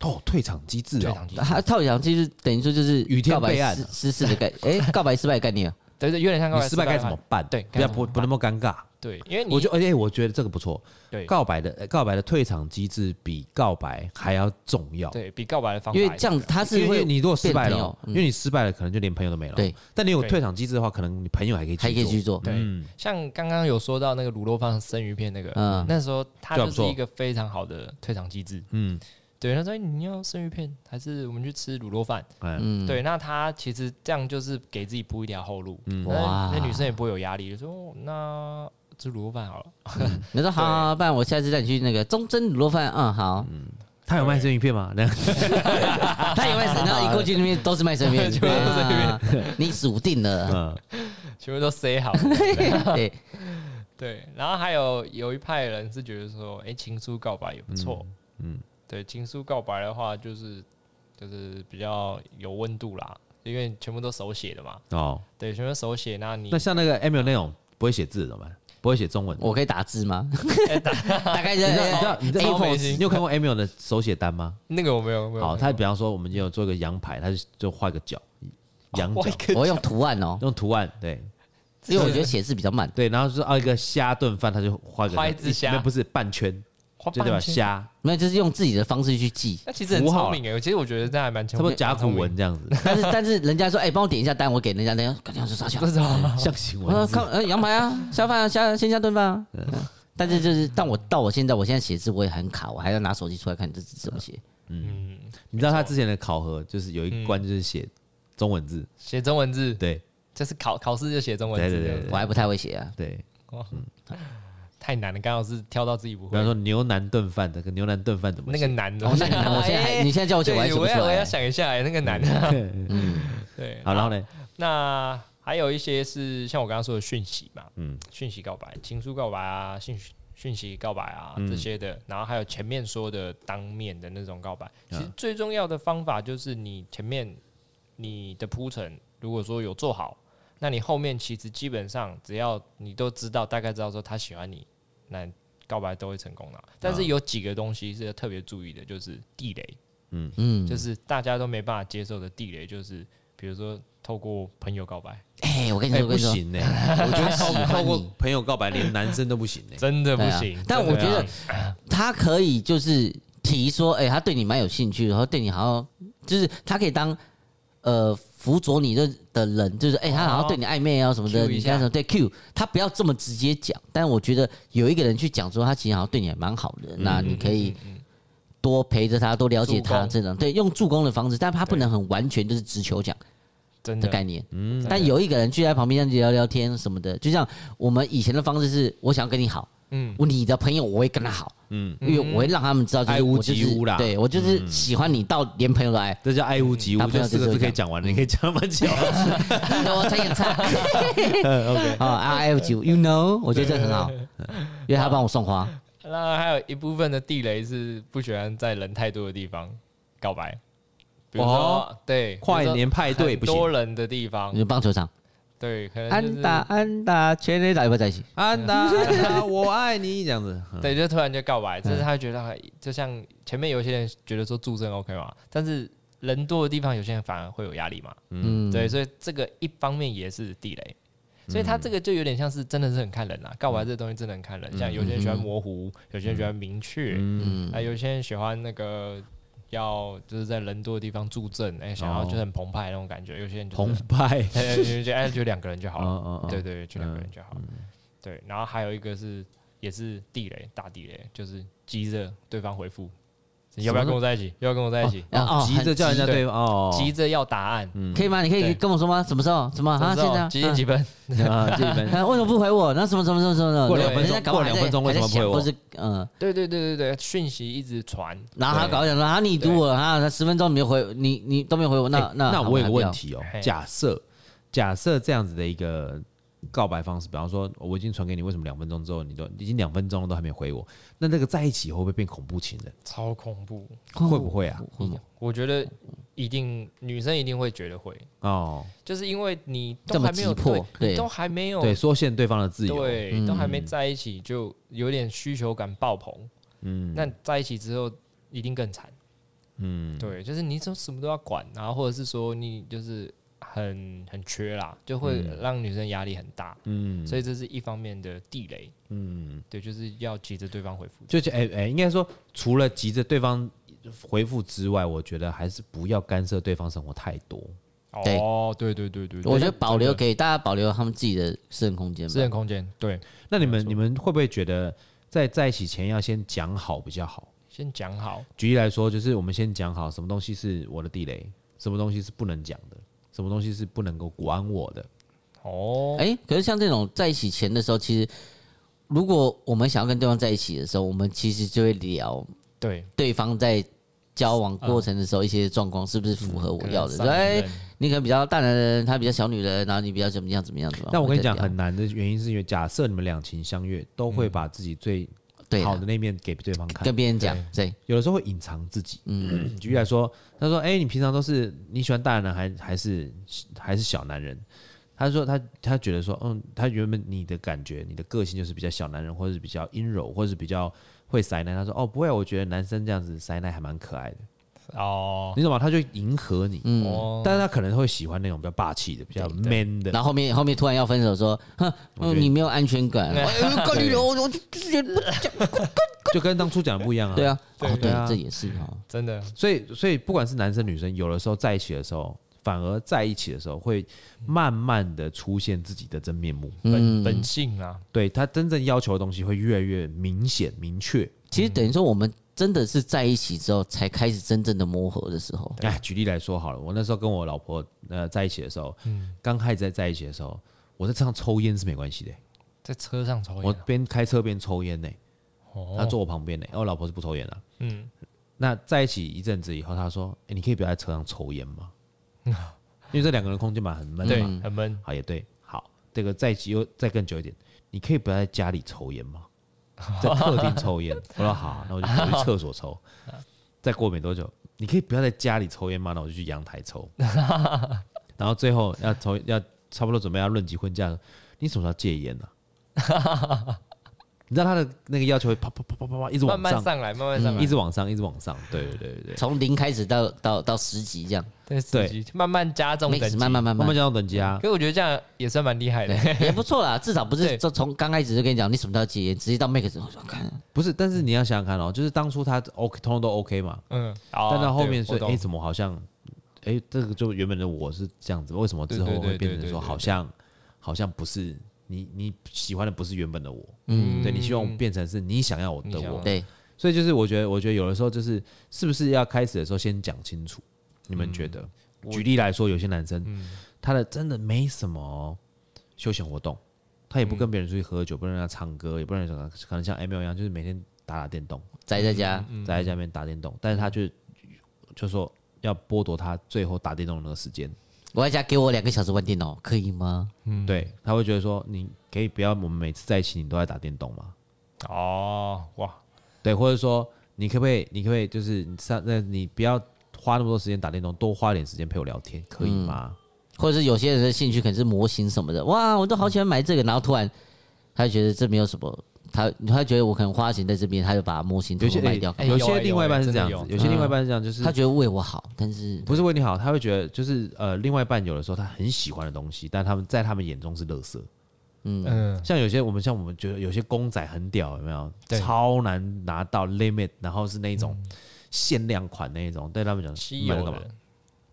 [SPEAKER 1] 哦，退场机制
[SPEAKER 2] 啊
[SPEAKER 3] 退
[SPEAKER 1] 哦，
[SPEAKER 3] 场机制，
[SPEAKER 2] 他套讲就是等于说就是
[SPEAKER 1] 雨天
[SPEAKER 2] 告白
[SPEAKER 1] 备案
[SPEAKER 2] 失
[SPEAKER 3] 啊
[SPEAKER 2] 失事的概，哎、告白失败的概念啊。
[SPEAKER 3] 对对，有点像告
[SPEAKER 1] 你
[SPEAKER 3] 白
[SPEAKER 1] 失败该怎
[SPEAKER 3] 的
[SPEAKER 1] 么
[SPEAKER 3] 话
[SPEAKER 1] 办？
[SPEAKER 3] 对
[SPEAKER 1] 不要不不那么尴尬。
[SPEAKER 3] 对，因为你
[SPEAKER 1] 我觉得，而且我觉得这个不错，
[SPEAKER 3] 对
[SPEAKER 1] 告白的呃告白的退场机制比告白还要重要。
[SPEAKER 3] 对比告白的方法
[SPEAKER 2] 因
[SPEAKER 3] 也
[SPEAKER 2] 为
[SPEAKER 3] 是，啊
[SPEAKER 2] 这样他是
[SPEAKER 1] 因为
[SPEAKER 2] 会
[SPEAKER 1] 你如果失败
[SPEAKER 2] 变朋友
[SPEAKER 1] 了，哦
[SPEAKER 2] 嗯
[SPEAKER 1] 因为你失败了，可能就连朋友都没了。哦
[SPEAKER 2] 对，
[SPEAKER 1] 但你有
[SPEAKER 3] 对
[SPEAKER 1] 退场机制的话，可能你朋友还可以，
[SPEAKER 2] 还可以去。做，
[SPEAKER 3] 对，
[SPEAKER 1] 嗯，
[SPEAKER 3] 像刚刚有说到那个卤肉饭生鱼片那个，
[SPEAKER 2] 嗯
[SPEAKER 3] 那时候它
[SPEAKER 1] 就还
[SPEAKER 3] 就
[SPEAKER 1] 不
[SPEAKER 3] 是
[SPEAKER 1] 错
[SPEAKER 3] 一个非常好的退场机制。
[SPEAKER 1] 嗯，
[SPEAKER 3] 对，他说哎你要生鱼片还是我们去吃卤肉饭？
[SPEAKER 1] 哎，
[SPEAKER 2] 嗯，
[SPEAKER 3] 对，那他其实这样就是给自己铺一条后路，
[SPEAKER 1] 嗯
[SPEAKER 2] 哇
[SPEAKER 3] 那那女生也不会有压力，就说哦那吃卤肉饭好了。
[SPEAKER 2] 你说好好，好不然我下次带你去那个忠贞卤肉饭，嗯，好，
[SPEAKER 1] 他有卖生鱼片吗？那样
[SPEAKER 2] 他也卖生，然后一过去那边都是卖生
[SPEAKER 3] (laughs)
[SPEAKER 2] 面，
[SPEAKER 3] 全部都是生面
[SPEAKER 2] 啊你数定了，
[SPEAKER 1] 嗯，
[SPEAKER 3] 全部都塞好了。
[SPEAKER 2] 对，
[SPEAKER 3] 对，然后还有有一派人是觉得说，哎、情书告白也不错、嗯，对，情书告白的话，就是就是比较有温度啦，因为全部都手写的嘛，
[SPEAKER 1] 哦，
[SPEAKER 3] 对，全部手写，那你
[SPEAKER 1] 那像那个 Emil 那种不会写字的怎么办？不会写中文，
[SPEAKER 2] 我哎可以打字吗？(laughs)
[SPEAKER 3] 哎
[SPEAKER 2] 大概就
[SPEAKER 1] 你知道你知道你知道
[SPEAKER 3] A4
[SPEAKER 1] 你有看过 Emil 的手写单吗？
[SPEAKER 3] 那个我没有没有，
[SPEAKER 1] 好，他比方说我们有做一个羊排，他就就画一个角，
[SPEAKER 3] 哦
[SPEAKER 1] 羊
[SPEAKER 3] 我一
[SPEAKER 1] 角
[SPEAKER 3] 个
[SPEAKER 2] 我用图
[SPEAKER 1] (laughs)
[SPEAKER 2] 案哦，
[SPEAKER 1] 用图案，对
[SPEAKER 2] 因为我觉得写字比较慢，
[SPEAKER 1] 对，然后就是啊一个虾炖饭，他就画一个
[SPEAKER 3] 画一只虾
[SPEAKER 1] 那不是半圈，
[SPEAKER 3] 花
[SPEAKER 1] 就代表
[SPEAKER 3] 半天，
[SPEAKER 1] 虾，
[SPEAKER 2] 没有就是用自己的方式
[SPEAKER 1] (laughs)
[SPEAKER 2] 去记。
[SPEAKER 3] 那其实很
[SPEAKER 1] 符号
[SPEAKER 3] 聪明哎、其实我觉得这样还蛮
[SPEAKER 1] 差
[SPEAKER 3] 聪
[SPEAKER 1] 不
[SPEAKER 3] 明，
[SPEAKER 1] 多甲骨文这样子，
[SPEAKER 2] 但是但是人家说，哎，帮我点一下单，我给人家，人家感觉是啥去？
[SPEAKER 1] (laughs)
[SPEAKER 3] 蛮聪明，这种
[SPEAKER 1] 象形
[SPEAKER 2] 我说
[SPEAKER 1] 文字
[SPEAKER 2] 看，呃，羊排啊，虾饭啊，虾鲜虾炖
[SPEAKER 1] (laughs)
[SPEAKER 2] 饭啊。嗯但是就是，但我到我现在，我现在写字我也很卡，我还要拿手机出来看这字怎么写。
[SPEAKER 3] 嗯，
[SPEAKER 1] 你知道他之前的考核就是有一关就是写中文字，
[SPEAKER 3] 写中文字，
[SPEAKER 1] 对
[SPEAKER 3] 就是考考试就写中文字，
[SPEAKER 1] 对对对
[SPEAKER 3] 这样
[SPEAKER 2] 我还不太会写
[SPEAKER 3] (laughs)
[SPEAKER 2] 啊。
[SPEAKER 1] 对，
[SPEAKER 3] 太难了，刚好是挑到自己不
[SPEAKER 1] 比
[SPEAKER 3] 会
[SPEAKER 1] 方，说牛腩炖饭，这个牛腩炖饭怎么
[SPEAKER 3] 那个
[SPEAKER 1] 写？
[SPEAKER 3] 难的，
[SPEAKER 2] 哦，那你看 (laughs) 我现在还，你现在叫我写，
[SPEAKER 3] 对，
[SPEAKER 2] 我还写不
[SPEAKER 3] 我
[SPEAKER 2] 出
[SPEAKER 3] 要我要
[SPEAKER 2] 来。啊
[SPEAKER 3] 想一下、哎，那个难
[SPEAKER 1] (laughs)
[SPEAKER 3] 的，
[SPEAKER 2] 嗯，
[SPEAKER 3] (laughs) 对，
[SPEAKER 1] 好，然后呢？
[SPEAKER 3] 那还有一些是像我刚刚说的讯息嘛，
[SPEAKER 1] 嗯
[SPEAKER 3] 嗯，讯息告白、情书告白啊，讯息讯息告白啊、这些的，然后还有前面说的当面的那种告白。其实最重要的方法就是你前面你的铺陈，如果说有做好，那你后面其实基本上只要你都知道，大概知道说他喜欢你，那告白都会成功啦。但是有几个东西是要特别注意的，就是地雷。
[SPEAKER 2] 嗯，
[SPEAKER 3] 就是大家都没办法接受的地雷，就是比如说透过朋友告白，
[SPEAKER 2] 哎、我跟你
[SPEAKER 1] 哎，
[SPEAKER 2] 说，我
[SPEAKER 1] 不
[SPEAKER 2] 跟你说，
[SPEAKER 1] 行呢，
[SPEAKER 2] (laughs)
[SPEAKER 1] 我
[SPEAKER 3] (laughs)
[SPEAKER 1] 觉得透
[SPEAKER 2] 喜欢
[SPEAKER 1] 透过
[SPEAKER 2] 你
[SPEAKER 1] 朋友告白，连男生都不行呢。欸
[SPEAKER 3] 真的不
[SPEAKER 2] 对啊
[SPEAKER 3] 行。
[SPEAKER 2] 但
[SPEAKER 3] 真的
[SPEAKER 2] 我
[SPEAKER 3] 不
[SPEAKER 2] 觉得
[SPEAKER 3] 行
[SPEAKER 2] 他可以就是提说，哎、他对你蛮有兴趣，然后对你好像就是他可以当呃辅佐你的的人，就是哎、他好像对你暧昧啊什么的，
[SPEAKER 3] 哦 cue 一
[SPEAKER 2] 你现在
[SPEAKER 3] 下
[SPEAKER 2] 什么对 Q，他不要这么直接讲。但我觉得有一个人去讲说他其实好像对你还蛮好的，
[SPEAKER 3] 嗯
[SPEAKER 2] 那你可以。多陪着他，多了解
[SPEAKER 3] 助
[SPEAKER 2] 他，
[SPEAKER 3] 攻
[SPEAKER 2] 这种对用助攻的方式，但他不
[SPEAKER 3] 对
[SPEAKER 2] 能很完全就是直球讲。
[SPEAKER 3] 嗯真
[SPEAKER 2] 的
[SPEAKER 3] 的
[SPEAKER 2] 概念。但有一个人聚在旁边这样子聊聊天什么的，就像我们以前的方式是，我想要跟你好，嗯
[SPEAKER 3] 嗯，
[SPEAKER 2] 你的朋友我会跟他好，嗯，因为我会让他们知道，就是
[SPEAKER 1] 爱屋
[SPEAKER 2] 我就
[SPEAKER 1] 及
[SPEAKER 2] 是
[SPEAKER 1] 乌啦嗯
[SPEAKER 2] 对我就是喜欢你到连朋友都爱，
[SPEAKER 1] 这叫爱屋及
[SPEAKER 2] 嗯
[SPEAKER 1] 乌，
[SPEAKER 2] 他朋
[SPEAKER 1] 就
[SPEAKER 2] 友
[SPEAKER 1] 四
[SPEAKER 2] 就
[SPEAKER 1] 个
[SPEAKER 2] 是
[SPEAKER 1] 字
[SPEAKER 2] 这
[SPEAKER 1] 可以
[SPEAKER 2] 样嗯
[SPEAKER 1] 讲完，你可以讲那么
[SPEAKER 2] (laughs)
[SPEAKER 1] 久。
[SPEAKER 2] 我才演唱。好，I 哦啊 F 九，You know，我觉得这很好，因为他帮我送花，
[SPEAKER 3] 那还有一部分的地雷是不喜欢在人太多的地方告白，比如说、
[SPEAKER 1] 哦
[SPEAKER 3] 对
[SPEAKER 1] 跨年派对
[SPEAKER 3] 比
[SPEAKER 1] 不
[SPEAKER 3] 如说很多
[SPEAKER 1] 行，
[SPEAKER 3] 人的地方
[SPEAKER 2] 你，棒球场，
[SPEAKER 3] 对，可能就是
[SPEAKER 2] 嗯安打安打，全垒打要不要在一起？
[SPEAKER 1] 安达，安达啊我爱你这样子。嗯
[SPEAKER 3] 啊 (laughs) 对，就突然就告白，
[SPEAKER 2] 嗯
[SPEAKER 3] 这是他觉得啊就像前面有些人觉得说助阵 OK 嘛，但是人多的地方有些人反而会有压力嘛，
[SPEAKER 2] 嗯，
[SPEAKER 3] 对，所以这个一方面也是地雷。所以
[SPEAKER 1] 嗯
[SPEAKER 3] 他这个就有点像是真的是很看人啦，告白这个东西真的很看人，像有些人
[SPEAKER 1] 嗯
[SPEAKER 3] 喜欢模糊，有些人喜欢明确，
[SPEAKER 2] 嗯
[SPEAKER 3] 啊，有些人喜欢那个要就是在人多的地方助阵，哎，想要就是很澎湃那种感觉，有些人就是
[SPEAKER 1] 哦澎湃，
[SPEAKER 3] (laughs) 哎，有些人就哎就两个人就好了，
[SPEAKER 1] 嗯嗯
[SPEAKER 3] 对对，对就两个人
[SPEAKER 1] 嗯
[SPEAKER 3] 就好了，对，然后还有一个是也是地雷打地雷，就是急着对方回复，要不要跟我在一起？要不要跟我在一起？
[SPEAKER 2] 啊哦
[SPEAKER 1] 哦，急着叫人家
[SPEAKER 3] 很急
[SPEAKER 1] 对方哦，嗯
[SPEAKER 3] 急着要答案，
[SPEAKER 2] 可以吗？你可以
[SPEAKER 3] 对
[SPEAKER 2] 跟我说吗？什么时候？什么啊？现
[SPEAKER 3] 什么时
[SPEAKER 2] 在
[SPEAKER 3] 候
[SPEAKER 2] 啊
[SPEAKER 3] 几点几分？
[SPEAKER 1] 啊，这一般
[SPEAKER 2] 啊，为什么不回我？然后什么什么什么什么什么？
[SPEAKER 1] 过两分钟
[SPEAKER 2] 人家搞不
[SPEAKER 1] 过
[SPEAKER 2] 好
[SPEAKER 1] 两
[SPEAKER 2] 还在
[SPEAKER 1] 分钟为什么不回我
[SPEAKER 2] 还在想或是嗯，
[SPEAKER 3] 对对对对对，讯息一直传，
[SPEAKER 2] 然后他
[SPEAKER 3] 对
[SPEAKER 2] 搞讲说啊，你读我啊，他十分钟你没回，你你都没回我，那
[SPEAKER 1] 欸
[SPEAKER 2] 那
[SPEAKER 1] 那我有个问，题哦
[SPEAKER 3] 嘿，
[SPEAKER 1] 假设假设这样子的一个告白方式，比方说我已经传给你，为什么两分钟之后你都已经两分钟了都还没回我？那这个在一起会不会变恐怖情人？
[SPEAKER 3] 超恐怖。
[SPEAKER 2] 哦
[SPEAKER 1] 会不会啊？
[SPEAKER 2] 我不要
[SPEAKER 3] 我觉得一定女生一定会觉得会，
[SPEAKER 1] 哦，
[SPEAKER 3] 就是因为你
[SPEAKER 2] 这
[SPEAKER 3] 都
[SPEAKER 2] 么
[SPEAKER 3] 还没有
[SPEAKER 2] 急迫
[SPEAKER 3] 对，
[SPEAKER 2] 对
[SPEAKER 3] 你都还没有
[SPEAKER 1] 对，缩限对方的自由，
[SPEAKER 3] 对
[SPEAKER 2] 嗯
[SPEAKER 3] 都还没在一起，就有点需求感爆棚。嗯，那在一起之后一定更惨。嗯，对，就是你说什么都要管，然后或者是说你就是很很缺啦，就会让女生压力很大。嗯，所以这是一方面的地雷。嗯，对，就是要急着对方回复。
[SPEAKER 1] 就是哎哎，应该说除了急着对方回复之外，我觉得还是不要干涉对方生活太多。
[SPEAKER 2] 对
[SPEAKER 3] 哦，对对对对，对
[SPEAKER 2] 我觉得保留
[SPEAKER 3] 真的
[SPEAKER 2] 给大家保留他们自己的私人空间
[SPEAKER 3] 私人
[SPEAKER 2] 吧。
[SPEAKER 3] 空间，对，
[SPEAKER 1] 那你们
[SPEAKER 3] 错
[SPEAKER 1] 你们会不会觉得在在一起前要先讲好比较好？
[SPEAKER 3] 先讲好。
[SPEAKER 1] 举例来说，就是我们先讲好什么东西是我的地雷，什么东西是不能讲的，什么东西是不能够管我的。
[SPEAKER 3] 哦，
[SPEAKER 2] 哎，可是像这种在一起前的时候，其实如果我们想要跟对方在一起的时候，我们其实就会聊
[SPEAKER 3] 对，
[SPEAKER 2] 对方在交往过程的时候一些状况是不是符合我要的。
[SPEAKER 3] 可
[SPEAKER 2] 说
[SPEAKER 3] 能
[SPEAKER 2] 哎
[SPEAKER 3] 三，人
[SPEAKER 2] 你可能比较大男人，他比较小女人，然后你比较怎么样怎么样怎么样。啊
[SPEAKER 1] 但我跟你讲，
[SPEAKER 2] 们再
[SPEAKER 1] 很难的原因是因为，假设你们两情相悦，都会把自己最
[SPEAKER 2] 聊对
[SPEAKER 1] 好
[SPEAKER 2] 啊
[SPEAKER 1] 的那面给嗯对方看
[SPEAKER 2] 跟，别人讲，对，
[SPEAKER 1] 有的时候会隐藏自己。嗯，举例来说，他说：“哎、你平常都是你喜欢大男人还还是还是小男人？”他说他他觉得说，嗯，他原本你的感觉，你的个性就是比较小男人，或者是比较阴柔，或者是比较会塞奶。他说：“哦，不会啊，我觉得男生这样子塞奶还蛮可爱的。”
[SPEAKER 3] 哦，
[SPEAKER 1] 你懂吗？他就迎合你，
[SPEAKER 2] 嗯
[SPEAKER 3] 哦
[SPEAKER 1] 但是他可能会喜欢那种比较霸气的、比较 man 的。
[SPEAKER 2] 然后后面后面突然要分手，说，哼，
[SPEAKER 1] 觉得
[SPEAKER 2] 嗯你没有安全感，
[SPEAKER 3] 对啊
[SPEAKER 2] 哎呦干你了，我我就是觉得，
[SPEAKER 1] 就跟当初讲的不一样啊。
[SPEAKER 2] 对，啊，
[SPEAKER 3] 对
[SPEAKER 2] 哦
[SPEAKER 1] 对
[SPEAKER 2] 对
[SPEAKER 1] 啊，
[SPEAKER 2] 这也是哈，
[SPEAKER 3] 真的
[SPEAKER 1] 所以所以不管是男生女生，有的时候在一起的时候，反而在一起的时候会慢慢的出现自己的真面目。
[SPEAKER 2] 嗯
[SPEAKER 3] 本本性啊，
[SPEAKER 1] 对他真正要求的东西会越来越明显明确。
[SPEAKER 2] 其实等于说我们真的是在一起之后才开始真正的磨合的时候，
[SPEAKER 1] 哎，举例来说好了，我那时候跟我老婆呃在一起的时候，刚开始在在一起的时候，我在车上抽烟是没关系的、
[SPEAKER 3] 在车上抽
[SPEAKER 1] 我
[SPEAKER 3] 烟啊，
[SPEAKER 1] 边开车边抽烟呢、她
[SPEAKER 3] 哦，
[SPEAKER 1] 坐我旁边呢、我老婆是不抽烟的、
[SPEAKER 3] 嗯，
[SPEAKER 1] 那在一起一阵子以后，他说：“哎、你可以不要在车上抽烟吗？
[SPEAKER 3] (laughs)
[SPEAKER 1] 因为这两个人空间嘛很闷
[SPEAKER 3] 对，
[SPEAKER 1] 嘛。
[SPEAKER 3] 很闷，
[SPEAKER 1] 好，也对。好，这个在一起又再更久一点，你可以不要在家里抽烟吗？在客
[SPEAKER 2] (laughs)
[SPEAKER 1] 厅抽烟。我说好，那我就跑去厕所抽。再过没多久，你可以不要在家里抽烟吗？那我就去阳台
[SPEAKER 2] (laughs)
[SPEAKER 1] 抽。然后最后要抽要差不多准备要论及婚嫁的时候，你什么时候戒
[SPEAKER 2] (laughs)
[SPEAKER 1] 烟呢、你知道他的那个要求会啪啪啪啪啪啪一直往
[SPEAKER 3] 慢
[SPEAKER 1] 上，嗯
[SPEAKER 3] 慢上来，慢慢上来，
[SPEAKER 1] 一
[SPEAKER 2] 嗯
[SPEAKER 1] 直往上，一直往上。对对对对对。
[SPEAKER 2] 从零开始到到到十级这样，
[SPEAKER 3] 对
[SPEAKER 1] 对
[SPEAKER 3] 司机慢慢加重等
[SPEAKER 2] mix
[SPEAKER 3] 级，
[SPEAKER 2] 慢慢慢
[SPEAKER 1] 慢慢
[SPEAKER 2] 慢。
[SPEAKER 1] 讲到等级啊
[SPEAKER 3] 可，是我觉得这样也算蛮厉害的，
[SPEAKER 2] 也不错啦，至少不是
[SPEAKER 3] 对
[SPEAKER 2] 就从刚开始就跟你讲你什么都要戒烟，直接到 max 我说看
[SPEAKER 1] 不是，但是你要想想看哦，就是当初他 OK，通通都 OK 嘛，
[SPEAKER 3] 嗯，
[SPEAKER 1] 但
[SPEAKER 3] 但
[SPEAKER 1] 到后面说，哎、
[SPEAKER 3] 哎，
[SPEAKER 1] 怎么好像，哎、这个就原本的我是这样子，为什么之后
[SPEAKER 3] 对对对
[SPEAKER 1] 会变
[SPEAKER 3] 对
[SPEAKER 1] 成
[SPEAKER 3] 对
[SPEAKER 1] 说
[SPEAKER 3] 对
[SPEAKER 1] 好像好像不是你你喜欢的不是原本的我，
[SPEAKER 3] 嗯
[SPEAKER 1] 对你希望我变成是你想要我
[SPEAKER 3] 你
[SPEAKER 1] 的
[SPEAKER 3] 想
[SPEAKER 1] 我
[SPEAKER 3] 要，
[SPEAKER 2] 对，
[SPEAKER 1] 所以就是我觉得，我觉得有的时候就是是不是要开始的时候先讲清楚，你们
[SPEAKER 3] 嗯
[SPEAKER 1] 觉得？举例来说，有些男生、他的真的没什么休闲活动，他也
[SPEAKER 3] 嗯
[SPEAKER 1] 不跟别人出去喝酒，不能让他唱歌，也不能什么，可能像 M L 一样，就是每天打打电动，
[SPEAKER 2] 宅在家，
[SPEAKER 1] 宅在家里面打电动，但是他就就说要剥夺他最后打电动的那个时间，
[SPEAKER 2] 我在家给我两个小时玩电脑，可以吗？
[SPEAKER 1] 对，他会觉得说你可以不要我们每次在一起你都在打电动吗？
[SPEAKER 3] 哦，哇，
[SPEAKER 1] 对，或者说你可不可以，你可不可以就是你上那你不要花那么多时间打电动，多花点时间陪我聊天，可以
[SPEAKER 3] 嗯
[SPEAKER 1] 吗？
[SPEAKER 2] 或者是有些人的兴趣可能是模型什么的，哇，我都好喜欢买这个，然后突然他就觉得这没有什么，他他觉得我可能花钱在这边，他就把模型
[SPEAKER 1] 有
[SPEAKER 2] 全部
[SPEAKER 1] 些
[SPEAKER 2] 卖掉，
[SPEAKER 1] 哎
[SPEAKER 3] 有
[SPEAKER 1] 有
[SPEAKER 3] 啊
[SPEAKER 1] 些另外一半是这样子
[SPEAKER 3] 有啊，真的
[SPEAKER 1] 有
[SPEAKER 3] 有
[SPEAKER 1] 些另外一半是这样，就是
[SPEAKER 2] 他觉得为我好，但是
[SPEAKER 1] 不是为你好，他会觉得就是呃，另外一半有的时候他很喜欢的东西，但他们在他们眼中是垃圾，
[SPEAKER 2] 嗯，
[SPEAKER 3] 嗯，
[SPEAKER 1] 像有些我们像我们觉得有些公仔很屌，有没有？
[SPEAKER 3] 对嗯
[SPEAKER 1] 超难拿到 limit，然后是那种限量款那一种，对他们讲
[SPEAKER 3] 稀
[SPEAKER 1] 买那
[SPEAKER 3] 有
[SPEAKER 1] 干嘛
[SPEAKER 3] 的？，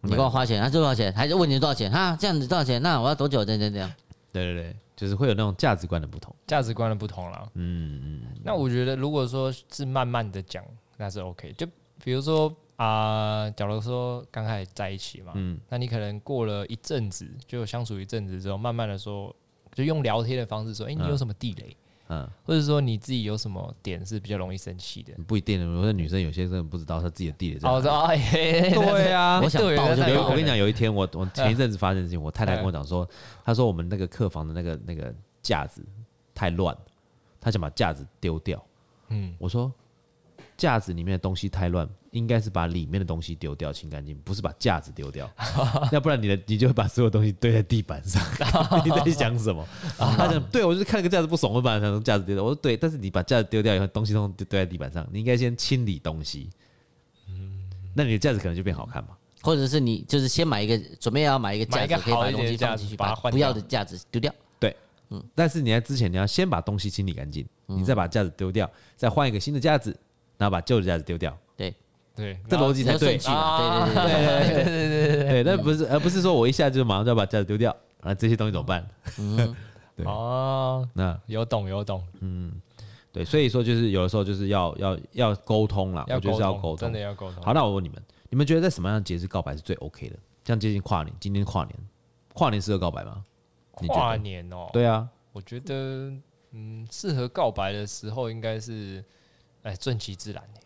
[SPEAKER 2] 你给我花钱，他多少钱？还是问你多少钱？哈，这样子多少钱？那我要多久？这样这样这样。
[SPEAKER 1] 对对对，就是会有那种价值观的不同。
[SPEAKER 3] 价值观的不同啦。
[SPEAKER 1] 嗯嗯，
[SPEAKER 3] 那我觉得，如果说是慢慢的讲，那是 OK。就比如说啊、假如说刚开始在一起嘛，
[SPEAKER 1] 嗯
[SPEAKER 3] 那你可能过了一阵子，就相处一阵子之后，慢慢的说，就用聊天的方式说，哎、你有什么地雷，
[SPEAKER 1] 嗯，
[SPEAKER 3] 或者说你自己有什么点是比较容易生气的？
[SPEAKER 1] 不一定，有的女生有些真的不知道她自己的地理在
[SPEAKER 3] 哦，
[SPEAKER 1] 哪
[SPEAKER 3] 我
[SPEAKER 1] 里。
[SPEAKER 3] 说 (laughs) 哎，对
[SPEAKER 4] 啊
[SPEAKER 2] 我想抱就
[SPEAKER 3] 对
[SPEAKER 1] 有
[SPEAKER 2] 抱
[SPEAKER 1] 啊我跟你讲，有一天我我前一阵子发生的事情，我太太跟我讲说，
[SPEAKER 3] 嗯
[SPEAKER 1] 她说我们那个客房的那个那个架子太乱，她想把架子丢掉。
[SPEAKER 3] 嗯，
[SPEAKER 1] 我说架子里面的东西太乱，应该是把里面的东西丢掉清干净，不是把架子丢掉，要不然你的你就会把所有东西堆在地板上。你在想什么？他讲，对我就是看那个架子不爽，我就把那张架子丢掉。我说对，但是你把架子丢掉以后，东西都丢在地板上，你应该先清理东西。那你的架子可能就变好看嘛？
[SPEAKER 2] 或者是你就是先买一个，准备要买一个
[SPEAKER 3] 买
[SPEAKER 2] 架
[SPEAKER 3] 一个
[SPEAKER 2] 子，可以把
[SPEAKER 3] 好一点
[SPEAKER 2] 东西
[SPEAKER 3] 的架
[SPEAKER 2] 放
[SPEAKER 3] 子
[SPEAKER 2] 进去，
[SPEAKER 3] 把它
[SPEAKER 2] 把
[SPEAKER 3] 换
[SPEAKER 2] 不要的
[SPEAKER 3] 掉
[SPEAKER 2] 架子丢掉。
[SPEAKER 1] 但是你在之前你要先把东西清理干净，你再把架子丢掉，再换一个新的架子，然后把旧的架子丢掉，
[SPEAKER 2] 对，
[SPEAKER 3] 对，
[SPEAKER 1] 这
[SPEAKER 3] 然后
[SPEAKER 1] 逻辑
[SPEAKER 2] 你
[SPEAKER 1] 才
[SPEAKER 2] 要
[SPEAKER 1] 对啊
[SPEAKER 2] 顺。序嘛，对对对
[SPEAKER 3] (laughs)
[SPEAKER 1] 对，
[SPEAKER 2] 对。
[SPEAKER 1] 但不是，而呃不是说我一下就马上就要把架子丢掉，啊，这些东西怎么办？
[SPEAKER 3] 嗯
[SPEAKER 1] 对
[SPEAKER 3] 哦，
[SPEAKER 1] 那
[SPEAKER 3] 有懂有懂，
[SPEAKER 1] 对，所以说就是有的时候就是要要要沟通啦，
[SPEAKER 3] 要
[SPEAKER 1] 我觉得
[SPEAKER 3] 沟
[SPEAKER 1] 是要
[SPEAKER 3] 通，
[SPEAKER 1] 沟
[SPEAKER 3] 真
[SPEAKER 1] 通
[SPEAKER 3] 的。要沟通。
[SPEAKER 1] 好，那我问你们，你们觉得在什么样的节日告白是最 OK 的？像接近跨年，今天跨年，跨年适合告白吗？你觉得
[SPEAKER 3] 跨年哦，
[SPEAKER 1] 对啊，
[SPEAKER 3] 我觉得，嗯，适合告白的时候应该是，哎，顺其自然、欸、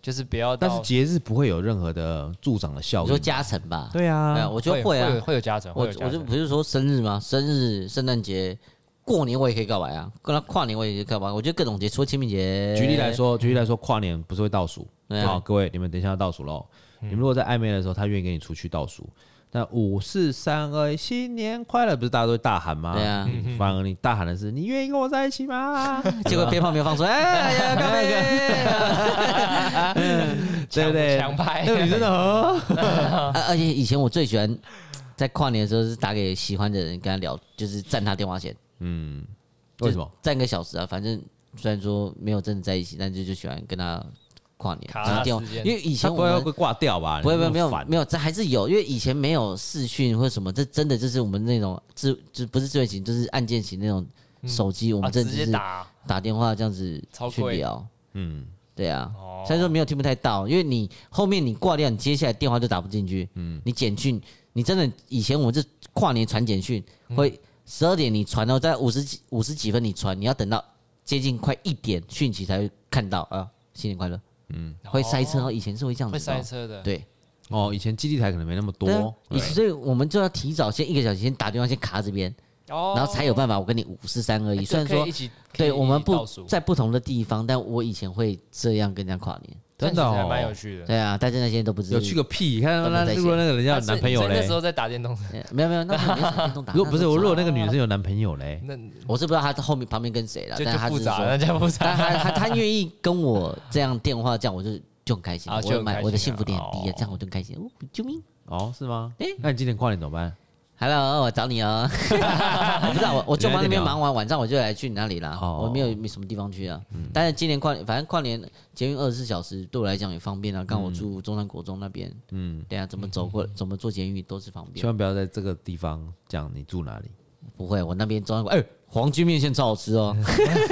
[SPEAKER 3] 就是不要
[SPEAKER 1] 但是
[SPEAKER 3] 到
[SPEAKER 1] 节日不会有任何的助长的
[SPEAKER 3] 啊
[SPEAKER 1] 效
[SPEAKER 2] 你
[SPEAKER 1] 应
[SPEAKER 2] 说
[SPEAKER 1] 嘛。
[SPEAKER 2] 加成吧？
[SPEAKER 1] 对
[SPEAKER 2] 对啊，
[SPEAKER 1] 啊，
[SPEAKER 2] 我觉得会
[SPEAKER 3] 会有
[SPEAKER 2] 啊。
[SPEAKER 3] 会有家
[SPEAKER 1] 哦
[SPEAKER 3] 长，
[SPEAKER 2] 我
[SPEAKER 3] 会有家
[SPEAKER 2] 我就
[SPEAKER 3] 长
[SPEAKER 2] 不是说生日吗？生日、圣诞节、过年我也可以告白啊，跟他跨年我也可以告白。我觉得各种节，除了清明节，
[SPEAKER 1] 举例来，说，举例来说，跨年不是会倒数？
[SPEAKER 2] 对
[SPEAKER 1] 好，
[SPEAKER 2] 啊，
[SPEAKER 1] 各位，你们等一下要倒数喽。
[SPEAKER 2] 嗯
[SPEAKER 1] 你们如果在暧昧的时候，他愿意跟你出去倒数，那五四三二一，新年快乐，不是大家都会大喊吗？
[SPEAKER 2] 对啊
[SPEAKER 1] 反而你大喊的是，你愿意跟我在一起吗？
[SPEAKER 2] (laughs) 结果鞭炮没有
[SPEAKER 1] (laughs)
[SPEAKER 2] 放出来，哎呀，干杯！
[SPEAKER 1] 对不对？
[SPEAKER 3] 强拍
[SPEAKER 1] 那个女生的
[SPEAKER 2] (laughs)
[SPEAKER 1] 哦，
[SPEAKER 2] 啊而且以前我最喜欢在跨年的时候是打给喜欢的人，跟他聊，就是占他电话钱，
[SPEAKER 1] 为什么？
[SPEAKER 2] 占个小时啊。反正虽然说没有真的在一起，但是就喜欢跟他跨年
[SPEAKER 3] 卡
[SPEAKER 2] 打电话
[SPEAKER 3] 时，间
[SPEAKER 2] 因为以
[SPEAKER 1] 他
[SPEAKER 2] 前
[SPEAKER 1] 不
[SPEAKER 2] 我
[SPEAKER 1] 会
[SPEAKER 2] 们
[SPEAKER 1] 会挂掉吧？
[SPEAKER 2] 不会，不会，没有，没
[SPEAKER 1] 有，
[SPEAKER 2] 有，这还是有，因为以前没有视讯或什么，这真的就是我们那种智，就不是智慧型，就是按键型那种手机，我
[SPEAKER 3] 啊，
[SPEAKER 2] 们真
[SPEAKER 3] 直
[SPEAKER 2] 的
[SPEAKER 3] 接
[SPEAKER 2] 是
[SPEAKER 3] 打
[SPEAKER 2] 打电话这样子
[SPEAKER 3] 超
[SPEAKER 2] 去
[SPEAKER 3] 贵
[SPEAKER 2] 聊，
[SPEAKER 1] 嗯，
[SPEAKER 2] 对啊。
[SPEAKER 3] 哦
[SPEAKER 2] 虽然说没有听不太到，因为你后面你挂掉，你接下来电话就打不进去，嗯，你简讯，你真的以前我们是跨年传简讯，
[SPEAKER 3] 嗯
[SPEAKER 2] 会十二点你传哦，在五十几五十几分你传，你要等到接近快一点讯息才会看到啊，新年快乐，嗯，会塞车哦，以前是会这样子，
[SPEAKER 3] 会塞，车的，
[SPEAKER 2] 对。
[SPEAKER 1] 哦，以前基地台可能没那么
[SPEAKER 2] 对啊
[SPEAKER 1] 多，
[SPEAKER 2] 以所以我们就要提早先一个小时先打电话先卡这边，
[SPEAKER 3] 哦，
[SPEAKER 2] 然后才有办法我跟你五四三二
[SPEAKER 3] 哎
[SPEAKER 2] 一。
[SPEAKER 3] 这
[SPEAKER 2] 虽然
[SPEAKER 3] 可以
[SPEAKER 2] 说
[SPEAKER 3] 一起，可以
[SPEAKER 2] 对我们
[SPEAKER 3] 倒
[SPEAKER 2] 不
[SPEAKER 3] 数
[SPEAKER 2] 在不同的地方，但我以前会这样跟人家跨年。
[SPEAKER 1] 真的
[SPEAKER 3] 但其实还蛮
[SPEAKER 1] 哦
[SPEAKER 3] 有，趣的。
[SPEAKER 2] 对啊，大家那些都不知
[SPEAKER 1] 有去个屁！看
[SPEAKER 2] 都不
[SPEAKER 1] 那
[SPEAKER 2] 在
[SPEAKER 1] 如果那个人家有
[SPEAKER 3] 但是
[SPEAKER 1] 男朋友
[SPEAKER 3] 你在那
[SPEAKER 1] 嘞
[SPEAKER 3] 时，候在打电动，
[SPEAKER 2] 呃没有没有，那时
[SPEAKER 3] (laughs)
[SPEAKER 2] 候没什么电动打。
[SPEAKER 1] 如果不是我，
[SPEAKER 2] 那
[SPEAKER 1] 如
[SPEAKER 2] 时候啊
[SPEAKER 1] 果那个女生有男朋友
[SPEAKER 2] 嗯
[SPEAKER 1] 嘞，
[SPEAKER 2] (laughs)
[SPEAKER 3] 那
[SPEAKER 2] 我是不知道她后面旁边跟谁了，
[SPEAKER 3] 就
[SPEAKER 2] 但
[SPEAKER 3] 就
[SPEAKER 2] 她
[SPEAKER 3] 复
[SPEAKER 2] 是
[SPEAKER 3] 杂，
[SPEAKER 2] 说
[SPEAKER 3] 那，就复
[SPEAKER 2] (laughs) 但
[SPEAKER 3] 杂。
[SPEAKER 2] 她她她愿意跟我这样电话这样，我就就很开心，
[SPEAKER 3] 啊就
[SPEAKER 2] 我
[SPEAKER 3] 很开
[SPEAKER 2] 买
[SPEAKER 3] 心
[SPEAKER 2] 我的
[SPEAKER 3] 啊
[SPEAKER 2] 幸福点很低啊
[SPEAKER 3] 哦，
[SPEAKER 2] 这样我就很开心。哦，救命！
[SPEAKER 1] 哦，是吗
[SPEAKER 2] 哎？
[SPEAKER 1] 那你今年跨年怎么办？
[SPEAKER 2] Hello，我找
[SPEAKER 1] (laughs)
[SPEAKER 2] 你哦。我不知道，我我舅妈那边忙完，晚上我就来去你那里啦。
[SPEAKER 1] 哦嗯
[SPEAKER 2] 我没有没什么地方去啊。但是今年跨年，反正跨年捷运二十四小时对我来讲也方便啊。刚好我住中山国中那边，
[SPEAKER 1] 嗯，
[SPEAKER 2] 对啊，怎么走过怎么坐捷运都是方
[SPEAKER 1] 千
[SPEAKER 2] 便。
[SPEAKER 1] 万不要在这个地方讲你住哪里。
[SPEAKER 2] 不会，我那边中山国，哎，黄居面线超好
[SPEAKER 1] (laughs)
[SPEAKER 2] 吃哦。 (laughs)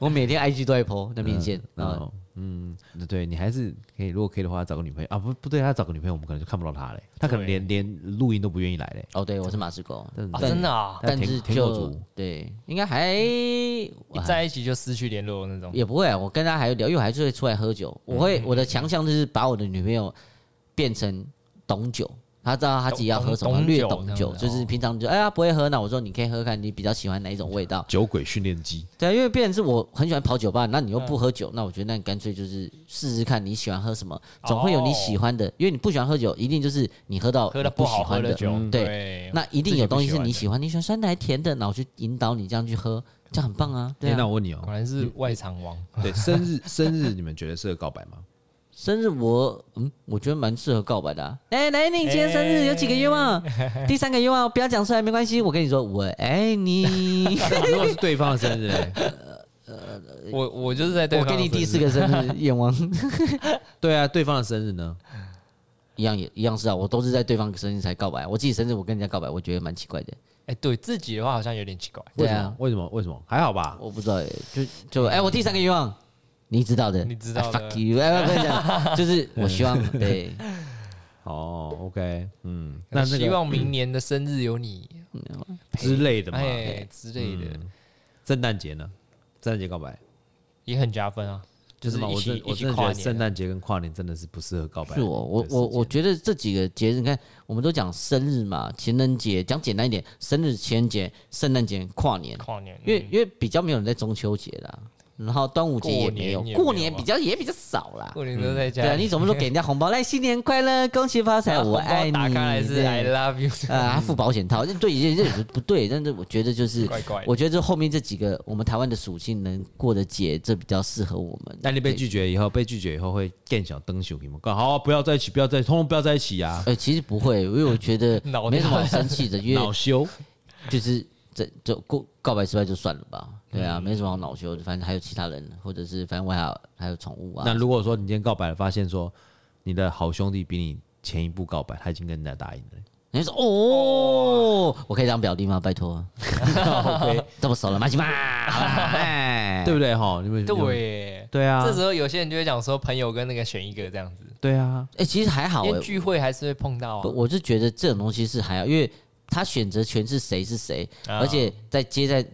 [SPEAKER 2] 我每天 IG 都在 po 那面线，
[SPEAKER 1] 然
[SPEAKER 2] 然后
[SPEAKER 1] 后，嗯，对你还是可以，如果可以的话，找个女朋友啊，不不对，他找个女朋友，我们可能就看不到他嘞，他可能
[SPEAKER 3] 对
[SPEAKER 1] 连连录音都不愿意来嘞。
[SPEAKER 2] 哦，对我是马斯狗，
[SPEAKER 1] 但
[SPEAKER 3] 啊，真的啊，
[SPEAKER 2] 但
[SPEAKER 1] 田
[SPEAKER 2] 是
[SPEAKER 1] 田口
[SPEAKER 2] 就
[SPEAKER 1] 族
[SPEAKER 2] 对，应该还
[SPEAKER 3] 一在一起就失去联络那种。
[SPEAKER 2] 也不会啊，我跟他还有聊，因为我还是会出来喝酒。我
[SPEAKER 3] 嗯
[SPEAKER 2] 会我的强项就是把我的女朋友变成懂酒，她知道她自己要喝什么，
[SPEAKER 3] 懂懂
[SPEAKER 2] 略
[SPEAKER 3] 酒
[SPEAKER 2] 懂
[SPEAKER 3] 这样
[SPEAKER 2] 酒，
[SPEAKER 3] 子哦
[SPEAKER 2] 就是平常就哎呀不会喝，那我说你可以喝看你比较喜欢哪一种味
[SPEAKER 3] 嗯
[SPEAKER 2] 道。
[SPEAKER 1] 酒鬼训练机，
[SPEAKER 2] 对啊，因为变成是我很喜欢跑酒吧，那你又
[SPEAKER 3] 嗯
[SPEAKER 2] 不喝酒，那我觉得那你干脆就是试试看你喜欢喝什么，总会有你喜欢的，因为你不喜欢喝酒，一定就是你喝到
[SPEAKER 3] 哦喝
[SPEAKER 2] 你
[SPEAKER 3] 了不好
[SPEAKER 2] 喜
[SPEAKER 3] 喝
[SPEAKER 2] 欢
[SPEAKER 3] 的
[SPEAKER 2] 的
[SPEAKER 3] 酒，
[SPEAKER 2] 嗯对，
[SPEAKER 3] 对，
[SPEAKER 2] 那一定有东西是你
[SPEAKER 3] 自己
[SPEAKER 2] 喜欢，你喜欢酸的还甜的，那我去引导你这样去喝，这样很棒啊。对
[SPEAKER 1] 哎
[SPEAKER 2] 啊
[SPEAKER 1] (laughs) 那，我问你哦
[SPEAKER 3] 果，然是外场王。
[SPEAKER 1] 对，生日生日你们觉得适合告白吗？ (laughs)
[SPEAKER 2] 生日我嗯，我觉得蛮适合告白的、啊。哎、奶奶，你今天生日有几个愿望？ (laughs) 第三个愿望不要讲出来，没关系。我跟你说，我爱 (laughs) 你。
[SPEAKER 1] 如果是对方的生日嘞，
[SPEAKER 3] 我我就是在对
[SPEAKER 2] 我
[SPEAKER 3] 方
[SPEAKER 2] 给你第四
[SPEAKER 3] 生日
[SPEAKER 2] 个生日 (laughs) 愿望，
[SPEAKER 1] 对啊，对方的生日呢？
[SPEAKER 2] 一样也一样是啊，我都是在对方生日才告白。我自己生日我跟人家告白，我觉得蛮奇怪的。
[SPEAKER 3] 哎、对自己的话好像有点奇怪，
[SPEAKER 2] 对啊，
[SPEAKER 1] 为什么？为什么？还好吧？
[SPEAKER 2] 我不知道哎、就就哎、我第三个愿望，你知道的，
[SPEAKER 3] 你知道的
[SPEAKER 2] f u c k you，哎，不是 (laughs) 讲，就是我希望对，
[SPEAKER 1] 哦，OK，嗯，
[SPEAKER 3] 那
[SPEAKER 1] 那那
[SPEAKER 3] 希
[SPEAKER 1] 个
[SPEAKER 3] 望明年的生日有你
[SPEAKER 1] 之类的嘛，
[SPEAKER 3] 哎之类的、
[SPEAKER 1] 嗯圣诞节呢？圣诞节告白
[SPEAKER 3] 也很加分啊，
[SPEAKER 1] 就是嘛，
[SPEAKER 3] 一
[SPEAKER 1] 我真
[SPEAKER 3] 起
[SPEAKER 1] 我真
[SPEAKER 3] 一起
[SPEAKER 1] 的觉
[SPEAKER 3] 跨
[SPEAKER 1] 得
[SPEAKER 3] 年
[SPEAKER 1] 圣
[SPEAKER 3] 啊，
[SPEAKER 1] 诞节跟跨年真的是不适合告白
[SPEAKER 2] 是
[SPEAKER 1] 的时
[SPEAKER 2] 哦
[SPEAKER 1] 间。
[SPEAKER 2] 我我我我觉得这几个节日，你看我们都讲生日嘛，情人节讲简单一点，生日、情人节、圣诞节、跨年，
[SPEAKER 3] 跨年，嗯
[SPEAKER 2] 因为因为比较没有人在中秋节啦，然后端午节也没有
[SPEAKER 3] 过年也没，有啊
[SPEAKER 2] 过年比较也比较少啦。
[SPEAKER 3] 过
[SPEAKER 1] 嗯
[SPEAKER 3] 年都在家
[SPEAKER 2] 对
[SPEAKER 3] 里、
[SPEAKER 2] 啊，你
[SPEAKER 3] (laughs)
[SPEAKER 2] 怎么说给人家红包？来，新年快乐，恭喜发财，
[SPEAKER 3] 把
[SPEAKER 2] 我
[SPEAKER 3] 啊红包 (laughs)
[SPEAKER 2] 爱你。
[SPEAKER 3] 打开来是
[SPEAKER 2] 对
[SPEAKER 3] I
[SPEAKER 1] (laughs)
[SPEAKER 3] love you，
[SPEAKER 2] 啊，还附保险套，这对这这也是不对，但是我觉得就是
[SPEAKER 3] 怪怪的
[SPEAKER 2] 我觉得这后面这几个我们台湾的属性能过的节，这比较适合我们。
[SPEAKER 1] 但你被拒绝以后，被拒绝以后会更想登熊你们告好，不要在一起，不要在，通通不要在一起啊呀、
[SPEAKER 2] 呃，其实不会，因为我觉得
[SPEAKER 3] (laughs) 脑袋
[SPEAKER 2] 没什么好生气的，因
[SPEAKER 1] 恼
[SPEAKER 2] 为
[SPEAKER 1] 羞，
[SPEAKER 2] 就是这就告告白失败就算了吧，对
[SPEAKER 3] 嗯
[SPEAKER 2] 啊，没什么好恼羞的，反正还有其他人，或者是反正我还有还有宠物啊
[SPEAKER 1] 那。如果说你今天告白了，发现说你的好兄弟比你前一步告白，他已经跟人家答应了，
[SPEAKER 2] (laughs) 你就说哦，我可以当表弟吗？拜托，这么熟了，马西嘛，好啦哎
[SPEAKER 1] (laughs) 对不对？哈，你们
[SPEAKER 3] 对。
[SPEAKER 1] 对啊
[SPEAKER 3] 这，时候有些人就会讲说，朋友跟那个选一个这样子，
[SPEAKER 1] 对啊，
[SPEAKER 2] 哎，其实还好
[SPEAKER 3] 因
[SPEAKER 2] 哎
[SPEAKER 3] 为，聚会还是会碰到
[SPEAKER 2] 不，
[SPEAKER 3] 啊。
[SPEAKER 2] 我是觉得这种东西是还好，因为他选择权是谁是谁，而且在接在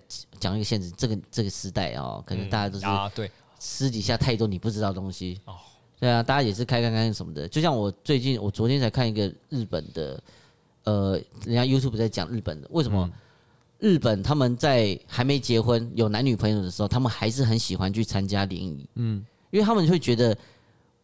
[SPEAKER 2] 讲一个现实，这个这个时代哦，可能大家都是
[SPEAKER 3] 嗯啊，对，
[SPEAKER 2] 私底下太多你不知道的东西。
[SPEAKER 3] 哦
[SPEAKER 2] 对啊，大家也是开看看什么的。就像我最近，我昨天才看一个日本的，呃，人家 YouTube 在讲日本的，为什么？日本他们在还没结婚有男女朋友的时候，他们还是很喜欢去参加联谊，嗯，因为他们会觉得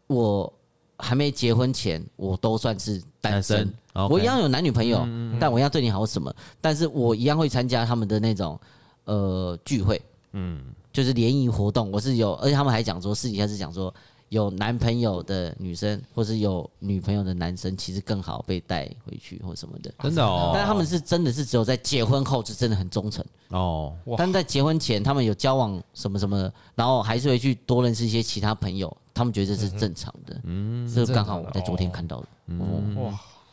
[SPEAKER 2] 我还没结婚前，我都算是单身，
[SPEAKER 1] 单身，OK
[SPEAKER 2] 我一样有男女朋友，但我一样对你好什么，但是我一样会参加他们的那种呃聚会，嗯，就是联谊活动，我是有，而且他们还讲说私底下是讲说。有男朋友的女生，或是有女朋友的男生，其实更好被带回去或什么的。
[SPEAKER 1] 真的哦，
[SPEAKER 2] 但他们是真的是只有在结婚后是真的很忠诚，
[SPEAKER 1] 哦，
[SPEAKER 3] 哇
[SPEAKER 2] 但在结婚前他们有交往什么什么的，然后还是会去多认识一些其他朋友，他们觉得这是正常的。嗯，这个刚好我在昨天看到的，嗯，
[SPEAKER 3] 哇，
[SPEAKER 2] 我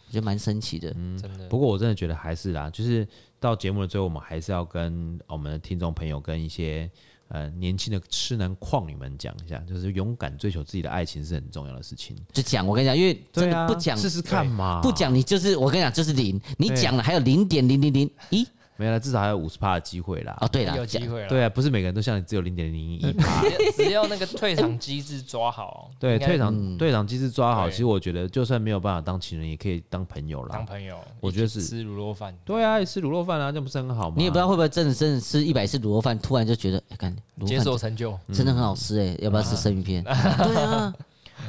[SPEAKER 2] 觉得蛮神奇的。
[SPEAKER 3] 真的
[SPEAKER 1] 不过我真的觉得还是啦，就是到节目的最后，我们还是要跟我们的听众朋友跟一些呃年轻的痴男旷女们讲一下，就是勇敢追求自己的爱情是很重要的事情。
[SPEAKER 2] 就讲，我跟你讲，因为真
[SPEAKER 1] 对
[SPEAKER 2] 的
[SPEAKER 1] 啊，
[SPEAKER 2] 不讲
[SPEAKER 1] 试试看嘛，
[SPEAKER 2] 不讲，你就是我跟你讲就是零，你讲了还有零点零零零一
[SPEAKER 1] 没有啦，至少还有五十趴的机会啦。
[SPEAKER 2] 哦，对了，
[SPEAKER 3] 有
[SPEAKER 2] 讲
[SPEAKER 3] 机会了。
[SPEAKER 1] 对啊，不是每个人都像你只有零点零一
[SPEAKER 2] (laughs)
[SPEAKER 1] 趴。
[SPEAKER 3] 只要那个退场机制抓好，
[SPEAKER 1] 对，
[SPEAKER 3] 应该
[SPEAKER 1] 退
[SPEAKER 2] 嗯
[SPEAKER 1] 场退场机制抓好，
[SPEAKER 3] 对
[SPEAKER 1] 其实我觉得就算没有办法当情人，也可以当朋友
[SPEAKER 3] 当
[SPEAKER 1] 啦。
[SPEAKER 3] 朋友，
[SPEAKER 1] 我觉得是
[SPEAKER 3] 一起吃卤肉饭，
[SPEAKER 1] 对啊，也吃卤肉饭啊，这样不是很好吗？
[SPEAKER 2] 你也不知道会不会真的真的吃一百次卤肉饭，突然就觉得，哎，看卤
[SPEAKER 3] 解
[SPEAKER 2] 肉
[SPEAKER 3] 锁
[SPEAKER 2] 饭
[SPEAKER 3] 成就，
[SPEAKER 2] 真的很好吃哎，要不要吃生鱼片？对啊，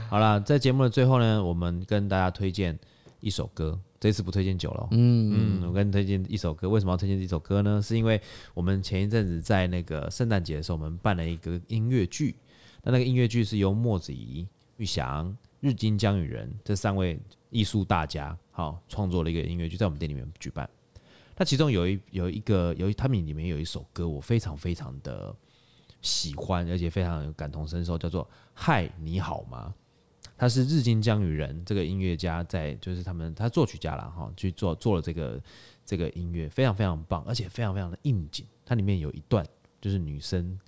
[SPEAKER 1] 好啦，在节目的最后呢，我们跟大家推荐一首歌。这次不推荐酒了哦，嗯嗯，我跟你推荐一首歌。为什么要推荐这首歌呢？是因为我们前一阵子在那个圣诞节的时候，我们办了一个音乐剧。那那个音乐剧是由莫子仪、玉祥、日金江雨人这三位艺术大家好创作了一个音乐剧，在我们店里面举办。那其中有一有一个有一他们里面有一首歌，我非常非常的喜欢，而且非常有感同身受，叫做《嗨，你好吗》。他是日金江雨人这个音乐家在，就是他们他作曲家啦哈，去做做了这个这个音乐，非常非常棒，而且非常非常的应景。它里面有一段就是女生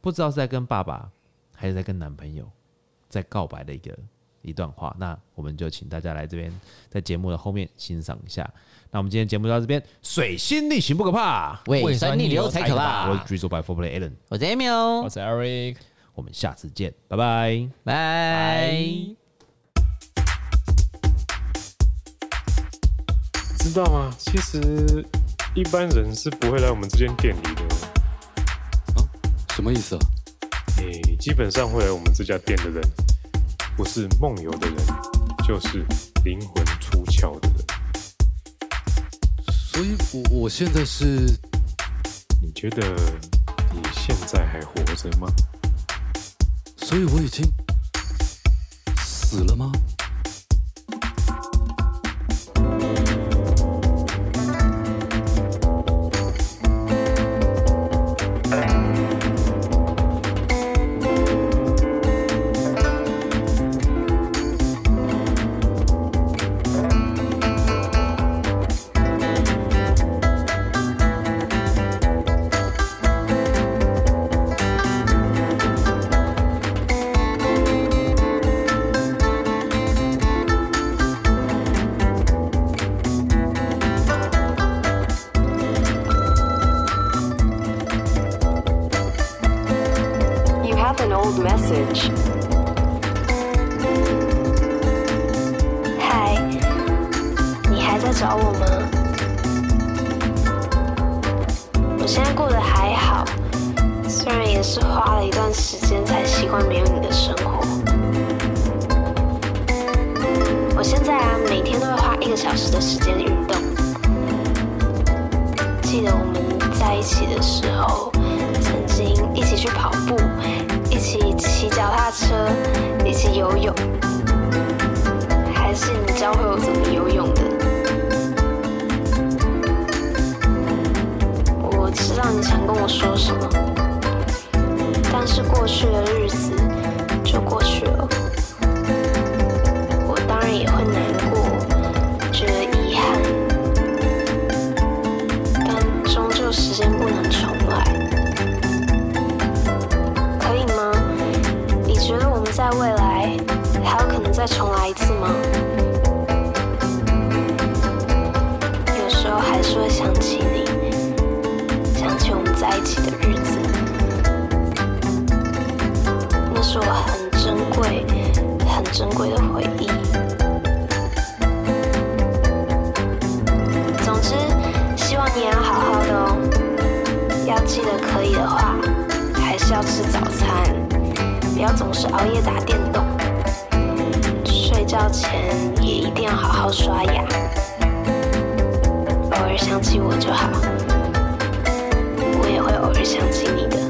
[SPEAKER 1] 不知道是在跟爸爸还是在跟男朋友在告白的一个一段话。那我们就请大家来这边，在节目的后面欣赏一下。那我们今天节目就到这边，水星逆行不可怕，
[SPEAKER 2] 胃
[SPEAKER 3] 胃
[SPEAKER 2] 酸
[SPEAKER 3] 酸
[SPEAKER 2] 逆
[SPEAKER 3] 逆
[SPEAKER 2] 流
[SPEAKER 3] 流
[SPEAKER 2] 才
[SPEAKER 3] 才
[SPEAKER 2] 可
[SPEAKER 3] 可
[SPEAKER 2] 怕
[SPEAKER 3] 怕。
[SPEAKER 1] 我是 Drizzle by Four Play Allen，
[SPEAKER 2] 我是 Emil，
[SPEAKER 3] 我是 Eric，
[SPEAKER 1] 我们下次见，拜拜。
[SPEAKER 2] 拜。
[SPEAKER 6] 知道吗？其实一般人是不会来我们这间店里的。
[SPEAKER 7] 什么意思啊？
[SPEAKER 6] 诶、基本上会来我们这家店的人，不是梦游的人，就是灵魂出窍的人。
[SPEAKER 7] 所以我我现在是
[SPEAKER 6] 你觉得你现在还活着吗？
[SPEAKER 7] 所以我已经死了吗？
[SPEAKER 8] You have an old message.
[SPEAKER 9] 嗨，你还在找我吗？我现在过得还好，虽然也是花了一段时间才习惯没有你的生活。我现在啊，每天都会花一个小时的时间运动。记得我们在一起的时候，曾经一起去跑步，一起骑脚踏车，一起游泳。还是你教会我怎么游泳的。我知道你想跟我说什么，但是过去的日子就过去了。我当然也会难过，觉得遗憾，但终究时间不能重来，可以吗？你觉得我们在未来还有可能再重来一次吗？有时候还是会想起你，想起我们在一起的日子，那是我很珍贵、很珍贵的回忆。总之，希望你也要好好的哦，要记得可以的话，还是要吃早餐。不要总是熬夜打电动，睡觉前也一定要好好刷牙，偶尔想起我就好，我也会偶尔想起你的。啊啊